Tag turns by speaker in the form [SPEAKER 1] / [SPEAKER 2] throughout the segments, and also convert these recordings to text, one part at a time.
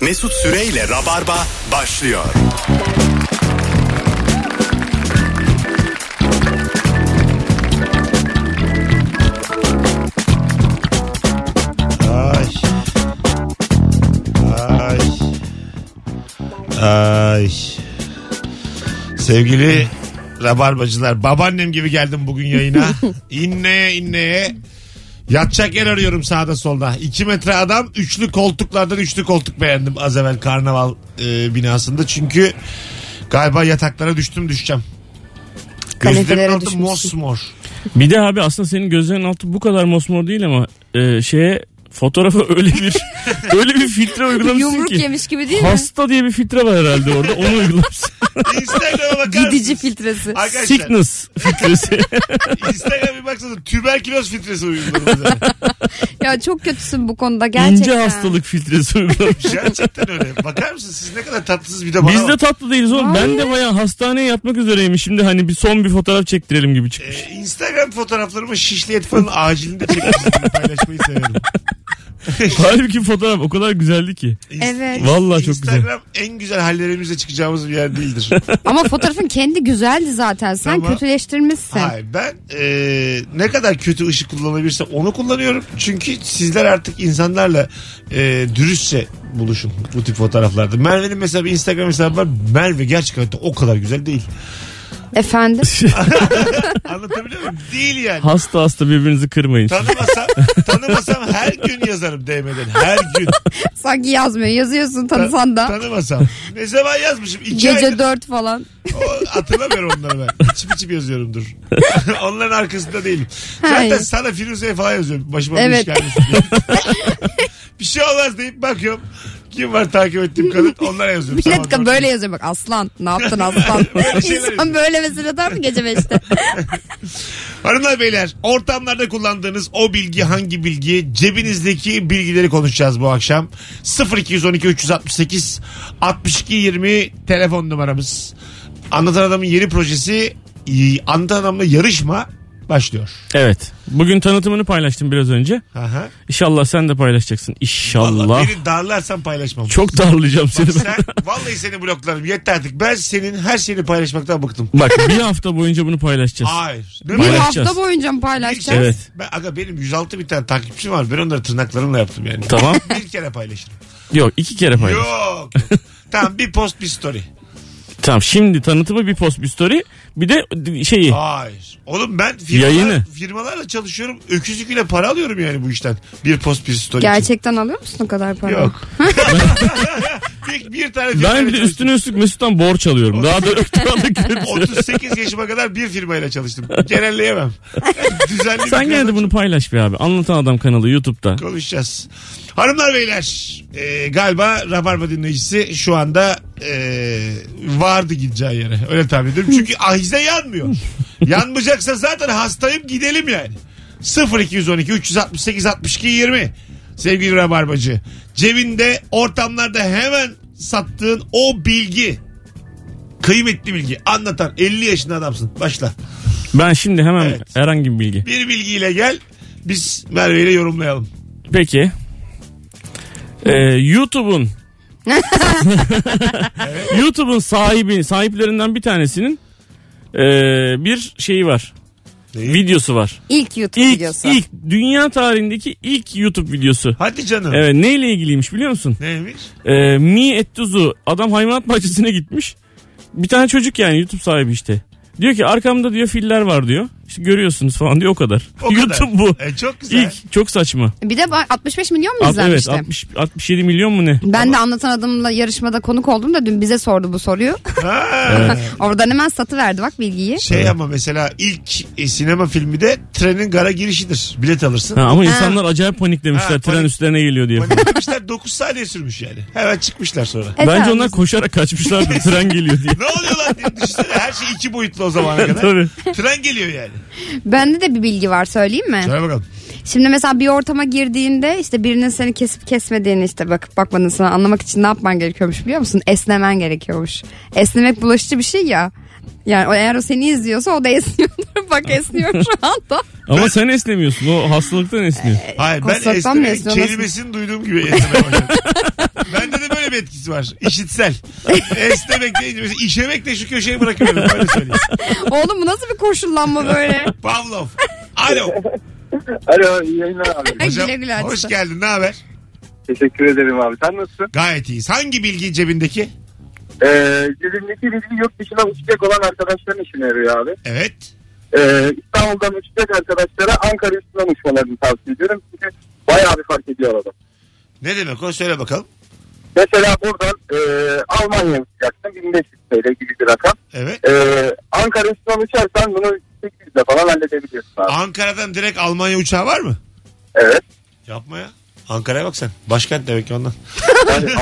[SPEAKER 1] Mesut Süreyle Rabarba başlıyor.
[SPEAKER 2] Ay. Ay. Ay. Sevgili rabarbacılar babaannem gibi geldim bugün yayına. İnneye inneye Yatacak yer arıyorum sağda solda. 2 metre adam üçlü koltuklardan üçlü koltuk beğendim az evvel karnaval e, binasında. Çünkü galiba yataklara düştüm düşeceğim. Gözlerimin
[SPEAKER 3] Kanepelere
[SPEAKER 2] altı
[SPEAKER 3] düşmüşsün.
[SPEAKER 2] mosmor.
[SPEAKER 4] Bir de abi aslında senin gözlerin altı bu kadar mosmor değil ama e, şeye fotoğrafa öyle bir öyle bir filtre uygulamışsın
[SPEAKER 3] Yumruk
[SPEAKER 4] ki.
[SPEAKER 3] yemiş gibi değil mi?
[SPEAKER 4] Hasta diye bir filtre var herhalde orada onu uygulamışsın.
[SPEAKER 2] Instagram'a bakar
[SPEAKER 3] Gidici
[SPEAKER 2] mısınız?
[SPEAKER 3] filtresi.
[SPEAKER 2] Arkadaşlar
[SPEAKER 4] Sickness filtresi.
[SPEAKER 2] Instagram'a bir baksanıza tüberküloz filtresi uyguladım.
[SPEAKER 3] Ya çok kötüsün bu konuda gerçekten.
[SPEAKER 4] İnce hastalık filtresi uygulamış.
[SPEAKER 2] Gerçekten öyle. Bakar mısınız siz ne kadar tatlısınız bir de bana
[SPEAKER 4] Biz de
[SPEAKER 2] bak.
[SPEAKER 4] tatlı değiliz oğlum. Ben
[SPEAKER 3] Hayır.
[SPEAKER 4] de bayağı hastaneye yatmak üzereyim. Şimdi hani bir son bir fotoğraf çektirelim gibi çıkmış.
[SPEAKER 2] Ee, Instagram fotoğraflarımı şişli etfanın acilinde çekmişsiniz. paylaşmayı severim.
[SPEAKER 4] Halbuki fotoğraf o kadar güzeldi ki.
[SPEAKER 2] İns-
[SPEAKER 3] Evet.
[SPEAKER 4] Vallahi çok güzel.
[SPEAKER 2] Instagram en güzel hallerimizle çıkacağımız bir yer değildir.
[SPEAKER 3] Ama fotoğrafın kendi güzeldi zaten. Sen
[SPEAKER 2] Ama-
[SPEAKER 3] kötüleştirmişsin.
[SPEAKER 2] Hayır ben e, ne kadar kötü ışık kullanabilirsem onu kullanıyorum. Çünkü sizler artık insanlarla e, dürüstçe buluşun bu tip fotoğraflarda. Merve'nin mesela bir Instagram hesabı var. Merve gerçekten o kadar güzel değil.
[SPEAKER 3] Efendim?
[SPEAKER 2] Anlatabiliyor muyum? Değil yani.
[SPEAKER 4] Hasta hasta birbirinizi kırmayın.
[SPEAKER 2] Tanımasam, tanımasam her gün yazarım DM'den. Her gün.
[SPEAKER 3] Sanki yazmıyor. Yazıyorsun tanısan da.
[SPEAKER 2] Tanımasam. Ne zaman yazmışım? İki ay.
[SPEAKER 3] Gece dört falan.
[SPEAKER 2] O, hatırlamıyorum onları ben. İçim içim yazıyorumdur. Onların arkasında değilim. Zaten
[SPEAKER 3] Hayır.
[SPEAKER 2] sana Firuze'ye falan yazıyorum. Başıma bir iş
[SPEAKER 3] Evet.
[SPEAKER 2] gelmesin diye. bir şey olmaz deyip bakıyorum. Kim var takip ettiğim kadın onlara yazıyorum.
[SPEAKER 3] Millet
[SPEAKER 2] Sabah
[SPEAKER 3] böyle yazıyor bak aslan. Ne yaptın aslan?
[SPEAKER 4] şey
[SPEAKER 2] şeyler
[SPEAKER 3] İnsan böyle mesaj atar mı gece beşte?
[SPEAKER 2] Hanımlar beyler ortamlarda kullandığınız o bilgi hangi bilgi cebinizdeki bilgileri konuşacağız bu akşam. 0212 368 62 20 telefon numaramız. Anlatan Adam'ın yeni projesi y- Anlatan Adam'la yarışma başlıyor.
[SPEAKER 4] Evet. Bugün tanıtımını paylaştım biraz önce.
[SPEAKER 2] Aha.
[SPEAKER 4] İnşallah sen de paylaşacaksın. İnşallah.
[SPEAKER 2] Vallahi beni darlarsan paylaşmam.
[SPEAKER 4] Çok darlayacağım seni. ben.
[SPEAKER 2] Sen vallahi seni bloklarım yeter artık. Ben senin her şeyini paylaşmaktan bıktım.
[SPEAKER 4] Bak bir hafta boyunca bunu paylaşacağız.
[SPEAKER 2] Hayır. Ne
[SPEAKER 3] Bir
[SPEAKER 2] böyle?
[SPEAKER 4] Paylaşacağız.
[SPEAKER 3] hafta boyunca mı paylaşacağız?
[SPEAKER 4] Evet.
[SPEAKER 2] Ben, aga benim 106 bin tane takipçim var. Ben onları tırnaklarımla yaptım yani.
[SPEAKER 4] Tamam.
[SPEAKER 2] Bir kere paylaşırım.
[SPEAKER 4] Yok iki kere paylaş.
[SPEAKER 2] Yok. tamam bir post bir story.
[SPEAKER 4] Tamam şimdi tanıtımı bir post bir story bir de şeyi.
[SPEAKER 2] Hayır. Oğlum ben firmalar,
[SPEAKER 4] Yayını.
[SPEAKER 2] firmalarla çalışıyorum. Öküz yüküyle para alıyorum yani bu işten. Bir post bir story. için.
[SPEAKER 3] Gerçekten alıyor musun o kadar para?
[SPEAKER 2] Yok. bir, bir şey tane firmayla
[SPEAKER 4] Ben bir de
[SPEAKER 2] çalıştım.
[SPEAKER 4] üstüne üstlük Mesut'tan borç alıyorum. Daha da öktüranlık
[SPEAKER 2] 38 yaşıma kadar bir firmayla çalıştım. Genelleyemem. Düzenli bir şey.
[SPEAKER 4] Sen gene de
[SPEAKER 2] kazanç
[SPEAKER 4] bunu paylaş bir abi. Anlatan Adam kanalı YouTube'da.
[SPEAKER 2] konuşacağız. Hanımlar beyler e, galiba Rabarba dinleyicisi şu anda e, vardı gideceği yere. Öyle tahmin ediyorum. Çünkü ahize yanmıyor. Yanmayacaksa zaten hastayım gidelim yani. 0212 368 62 20 sevgili Rabarbacı. Cebinde ortamlarda hemen sattığın o bilgi kıymetli bilgi anlatan 50 yaşında adamsın. Başla.
[SPEAKER 4] Ben şimdi hemen
[SPEAKER 2] Evet.
[SPEAKER 4] herhangi bir bilgi.
[SPEAKER 2] Bir bilgiyle gel biz Merve ile yorumlayalım.
[SPEAKER 4] Peki. Ee, YouTube'un YouTube'un sahibi sahiplerinden bir tanesinin ee, bir şeyi var.
[SPEAKER 2] Neyi?
[SPEAKER 4] Videosu var.
[SPEAKER 3] İlk YouTube
[SPEAKER 4] İlk,
[SPEAKER 3] videosu.
[SPEAKER 4] ilk dünya tarihindeki ilk YouTube videosu.
[SPEAKER 2] Hadi canım.
[SPEAKER 4] Evet neyle ilgiliymiş biliyor musun?
[SPEAKER 2] Neymiş?
[SPEAKER 4] Ee, Mi Ettuzu adam hayvanat bahçesine gitmiş. Bir tane çocuk yani YouTube sahibi işte. Diyor ki arkamda diyor filler var diyor. İşte görüyorsunuz falan diyor o kadar.
[SPEAKER 2] O kadar.
[SPEAKER 4] YouTube bu.
[SPEAKER 2] E, çok güzel.
[SPEAKER 4] İlk çok saçma.
[SPEAKER 3] Bir de ba- 65 milyon mu
[SPEAKER 4] Alt, evet
[SPEAKER 3] izlenmişti?
[SPEAKER 4] 60, 67 milyon mu ne?
[SPEAKER 3] Ben de anlatan adamla yarışmada konuk oldum da dün bize sordu bu soruyu.
[SPEAKER 2] Ha.
[SPEAKER 3] Oradan hemen satıverdi bak bilgiyi.
[SPEAKER 2] Şey ama mesela ilk e, sinema filmi de trenin gara girişidir. Bilet alırsın.
[SPEAKER 4] Ha, ama insanlar acayip paniklemişler
[SPEAKER 2] Ha,
[SPEAKER 4] tren
[SPEAKER 2] panik-
[SPEAKER 4] üstlerine geliyor diye.
[SPEAKER 2] Panik etmişler 9 saniye sürmüş yani. Hemen çıkmışlar sonra.
[SPEAKER 3] E,
[SPEAKER 4] Bence
[SPEAKER 3] tabii.
[SPEAKER 4] onlar koşarak kaçmışlardır tren geliyor diye.
[SPEAKER 2] ne oluyor lan diye düşünsene. Her şey iki boyutlu o zamana kadar.
[SPEAKER 4] Tabii.
[SPEAKER 2] Tren geliyor yani.
[SPEAKER 3] Bende de bir bilgi var söyleyeyim mi?
[SPEAKER 2] Söyle bakalım.
[SPEAKER 3] Şimdi mesela bir ortama girdiğinde işte birinin seni kesip kesmediğini işte bakıp bakmadığını sana anlamak için ne yapman gerekiyormuş biliyor musun? Esnemen gerekiyormuş. Esnemek bulaşıcı bir şey ya. Yani o- eğer o seni izliyorsa o da esniyordur. Bak esniyor şu anda.
[SPEAKER 4] Ama sen esnemiyorsun. O hastalıktan esniyor.
[SPEAKER 2] Hayır ben
[SPEAKER 3] Kostaktan mı
[SPEAKER 2] esneme
[SPEAKER 3] esniyor, nasıl?
[SPEAKER 2] kelimesini duyduğum gibi esneme başladım. Bende de böyle bir etkisi var. İşitsel. Esnemek deyince mesela işemek de şu köşeye bırakıyorum. Öyle söyleyeyim.
[SPEAKER 3] Oğlum bu nasıl bir koşullanma böyle?
[SPEAKER 2] Pavlov. Alo.
[SPEAKER 5] Alo iyi yayınlar abi.
[SPEAKER 2] Hocam,
[SPEAKER 3] Güle güle
[SPEAKER 2] hoş
[SPEAKER 3] açtı.
[SPEAKER 2] geldin. Ne haber?
[SPEAKER 5] Teşekkür ederim abi. Sen nasılsın?
[SPEAKER 2] Gayet iyiyiz. Hangi bilgi cebindeki?
[SPEAKER 5] Ee, cebimdeki bilgi yurt dışına uçacak olan arkadaşların işine yarıyor abi.
[SPEAKER 2] Evet.
[SPEAKER 5] Ee, İstanbul'dan uçacak arkadaşlara Ankara üstünden uçmalarını tavsiye ediyorum. Çünkü bayağı bir fark ediyor arada.
[SPEAKER 2] Ne demek o? Söyle bakalım.
[SPEAKER 5] Mesela buradan e, Almanya'ya uçacaksın. 1500 TL gibi bir rakam.
[SPEAKER 2] Evet.
[SPEAKER 5] E, Ankara üstünden uçarsan bunu 800'le falan halledebiliyorsun abi.
[SPEAKER 2] Ankara'dan direkt Almanya uçağı var mı?
[SPEAKER 5] Evet.
[SPEAKER 2] Yapma ya. Ankara'ya bak sen. Başkent demek ki ondan.
[SPEAKER 5] Yani-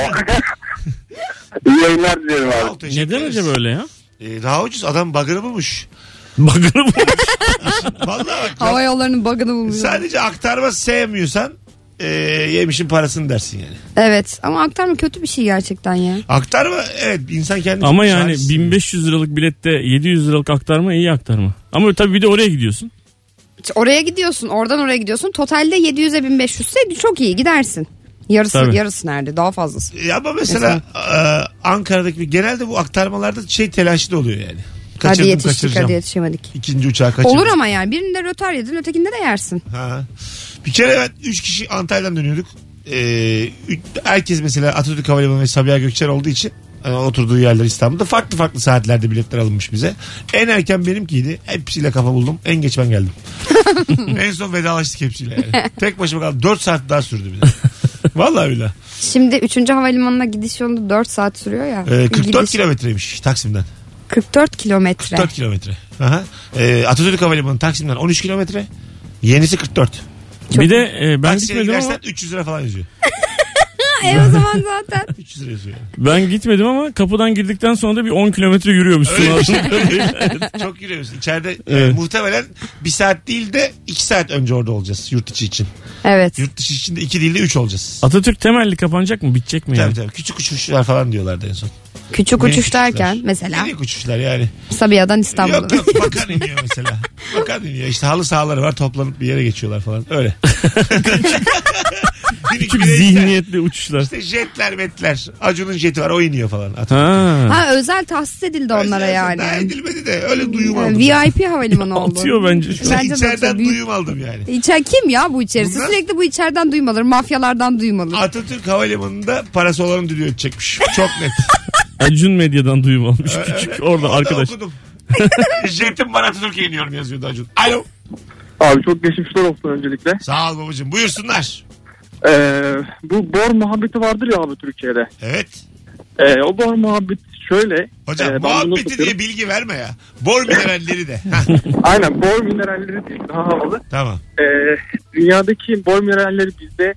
[SPEAKER 5] iyi yayınlar diliyorum abi.
[SPEAKER 2] Al, teşekkür
[SPEAKER 4] Neden
[SPEAKER 2] ederiz.
[SPEAKER 4] acaba öyle ya?
[SPEAKER 2] Ee, daha ucuz. Adam bagırı bulmuş.
[SPEAKER 4] Bakın bu.
[SPEAKER 2] Vallahi bak.
[SPEAKER 3] Hava yollarının bug'ını buluyor.
[SPEAKER 2] Sadece aktarma sevmiyorsan e, yemişin parasını dersin yani.
[SPEAKER 3] Evet ama aktarma kötü bir şey gerçekten ya.
[SPEAKER 2] Aktarma evet insan kendi
[SPEAKER 4] Ama yani
[SPEAKER 2] çaresi.
[SPEAKER 4] 1500 liralık bilette 700 liralık aktarma iyi aktarma. Ama tabii bir de oraya gidiyorsun.
[SPEAKER 3] Oraya gidiyorsun oradan oraya gidiyorsun. Totalde 700'e 1500 ise çok iyi gidersin. Yarısı
[SPEAKER 4] Tabii.
[SPEAKER 3] yarısı nerede daha fazlası.
[SPEAKER 2] E, ama mesela e, Ankara'daki bir- genelde bu aktarmalarda şey telaşı da oluyor yani.
[SPEAKER 3] Hadi
[SPEAKER 2] Kaçırdım
[SPEAKER 3] yetiştik
[SPEAKER 2] kaçıracağım.
[SPEAKER 3] hadi yetişemedik.
[SPEAKER 2] İkinci uçağı kaçırdım.
[SPEAKER 3] Olur ama yani birinde rötar yedin ötekinde de yersin.
[SPEAKER 2] Ha. Bir kere ben 3 kişi Antalya'dan dönüyorduk. Ee, üç- herkes mesela Atatürk Havalimanı ve Sabiha Gökçen olduğu için hani oturduğu yerler İstanbul'da farklı farklı saatlerde biletler alınmış bize. En erken benimkiydi. Hepsiyle kafa buldum. En geç ben geldim. en son vedalaştık hepsiyle. Yani. Tek başıma kaldım. 4 saat daha sürdü bir de. Vallahi billahi.
[SPEAKER 3] Şimdi 3. havalimanına gidiş yolunda 4 saat sürüyor ya.
[SPEAKER 2] Ee, 44
[SPEAKER 3] Gidiş-
[SPEAKER 2] kilometreymiş Taksim'den.
[SPEAKER 3] 44 kilometre.
[SPEAKER 2] 44 kilometre. Aha. Ee, Atatürk Havalimanı Taksim'den 13 kilometre. Yenisi 44.
[SPEAKER 4] bir de e, ben
[SPEAKER 2] Taksiye
[SPEAKER 4] gitmedim ama
[SPEAKER 2] gidersen 300 lira falan yazıyor.
[SPEAKER 3] E o zaman zaten.
[SPEAKER 2] 300 lira yazıyor. yani.
[SPEAKER 4] ben gitmedim ama kapıdan girdikten sonra da bir 10 kilometre yürüyormuşsun.
[SPEAKER 2] Öyle bir şey.
[SPEAKER 4] aslında.
[SPEAKER 2] Çok yürüyoruz. İçeride e,
[SPEAKER 4] Evet.
[SPEAKER 2] muhtemelen bir saat değil de iki saat önce orada olacağız yurt içi için.
[SPEAKER 3] Evet.
[SPEAKER 2] Yurt dışı için de iki değil de üç olacağız.
[SPEAKER 4] Atatürk temelli kapanacak mı? Bitecek mi
[SPEAKER 2] Tabii
[SPEAKER 4] yani?
[SPEAKER 2] tabii. Küçük uçuşlar falan diyorlardı en son.
[SPEAKER 3] Küçük
[SPEAKER 2] Minik
[SPEAKER 3] uçuş derken
[SPEAKER 2] uçuşlar.
[SPEAKER 3] mesela
[SPEAKER 2] Minik uçuşlar yani.
[SPEAKER 3] Sabiha'dan İstanbul'a.
[SPEAKER 2] Yok yok bakan iniyor mesela. Bakan iniyor. İşte halı sahaları var toplanıp bir yere geçiyorlar falan. Öyle. Minik
[SPEAKER 4] Çünkü
[SPEAKER 2] bireysel.
[SPEAKER 4] zihniyetli uçuşlar.
[SPEAKER 2] İşte jetler metler. Acun'un jeti var o iniyor falan. At-
[SPEAKER 4] Ha.
[SPEAKER 3] Ha özel tahsis edildi onlara
[SPEAKER 2] Daha
[SPEAKER 3] yani.
[SPEAKER 2] edilmedi de öyle duyum
[SPEAKER 3] Yani
[SPEAKER 2] aldım.
[SPEAKER 3] VIP havalimanı oldu.
[SPEAKER 4] Atıyor bence şu an.
[SPEAKER 3] Bence de
[SPEAKER 2] İçeriden
[SPEAKER 3] çok büyük-
[SPEAKER 2] duyum aldım yani.
[SPEAKER 3] İçer kim ya bu içerisi?
[SPEAKER 2] Bunlar-
[SPEAKER 3] Sürekli bu içeriden duymaları, mafyalardan duymaları.
[SPEAKER 2] Atatürk Havalimanı'nda parası olanın düdüğü çekmiş. Çok net.
[SPEAKER 4] Acun medyadan duyum almış
[SPEAKER 2] Ee,
[SPEAKER 4] küçük orada
[SPEAKER 2] Orada
[SPEAKER 4] arkadaş.
[SPEAKER 2] okudum. Jetim bana Atatürk'e iniyorum yazıyordu Acun. Alo.
[SPEAKER 5] Abi çok geçmişler olsun öncelikle.
[SPEAKER 2] Sağ ol babacığım. Buyursunlar.
[SPEAKER 5] Ee, bu bor muhabbeti vardır ya abi Türkiye'de.
[SPEAKER 2] Evet.
[SPEAKER 5] Ee, o bor muhabbet şöyle.
[SPEAKER 2] Hocam
[SPEAKER 5] e, ben bunu
[SPEAKER 2] muhabbeti
[SPEAKER 5] tutuyorum.
[SPEAKER 2] diye bilgi verme ya. Bor mineralleri de. Hah,
[SPEAKER 5] Aynen bor mineralleri değil, daha havalı.
[SPEAKER 2] tamam.
[SPEAKER 5] Ee, dünyadaki bor mineralleri bizde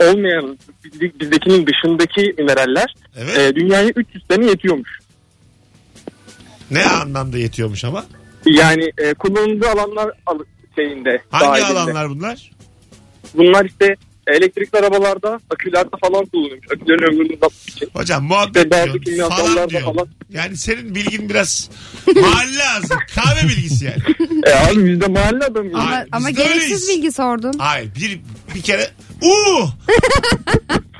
[SPEAKER 5] olmayan bizde- bizdekinin dışındaki mineraller
[SPEAKER 2] Evet.
[SPEAKER 5] e, dünyaya 300 sene yetiyormuş.
[SPEAKER 2] Ne anlamda yetiyormuş ama?
[SPEAKER 5] Yani e, kullanıldığı alanlar al- şeyinde.
[SPEAKER 2] Hangi
[SPEAKER 5] dahilinde.
[SPEAKER 2] alanlar bunlar?
[SPEAKER 5] Bunlar işte elektrikli arabalarda, akülerde falan kullanılmış. Akülerin ömrünü uzatmak için.
[SPEAKER 2] Hocam
[SPEAKER 5] İşte bazı
[SPEAKER 2] muhabbet diyor. Falan
[SPEAKER 5] kimyasallarda
[SPEAKER 2] diyor.
[SPEAKER 5] falan.
[SPEAKER 2] Yani senin bilgin biraz mahalle ağzı. Kahve bilgisi yani.
[SPEAKER 5] E, abi bizde mahalle adamıyız.
[SPEAKER 2] Ay,
[SPEAKER 3] ama
[SPEAKER 2] biz
[SPEAKER 3] ama
[SPEAKER 2] de
[SPEAKER 3] gereksiz
[SPEAKER 2] öyleyiz.
[SPEAKER 3] bilgi sordun.
[SPEAKER 2] Hayır bir, bir kere uuu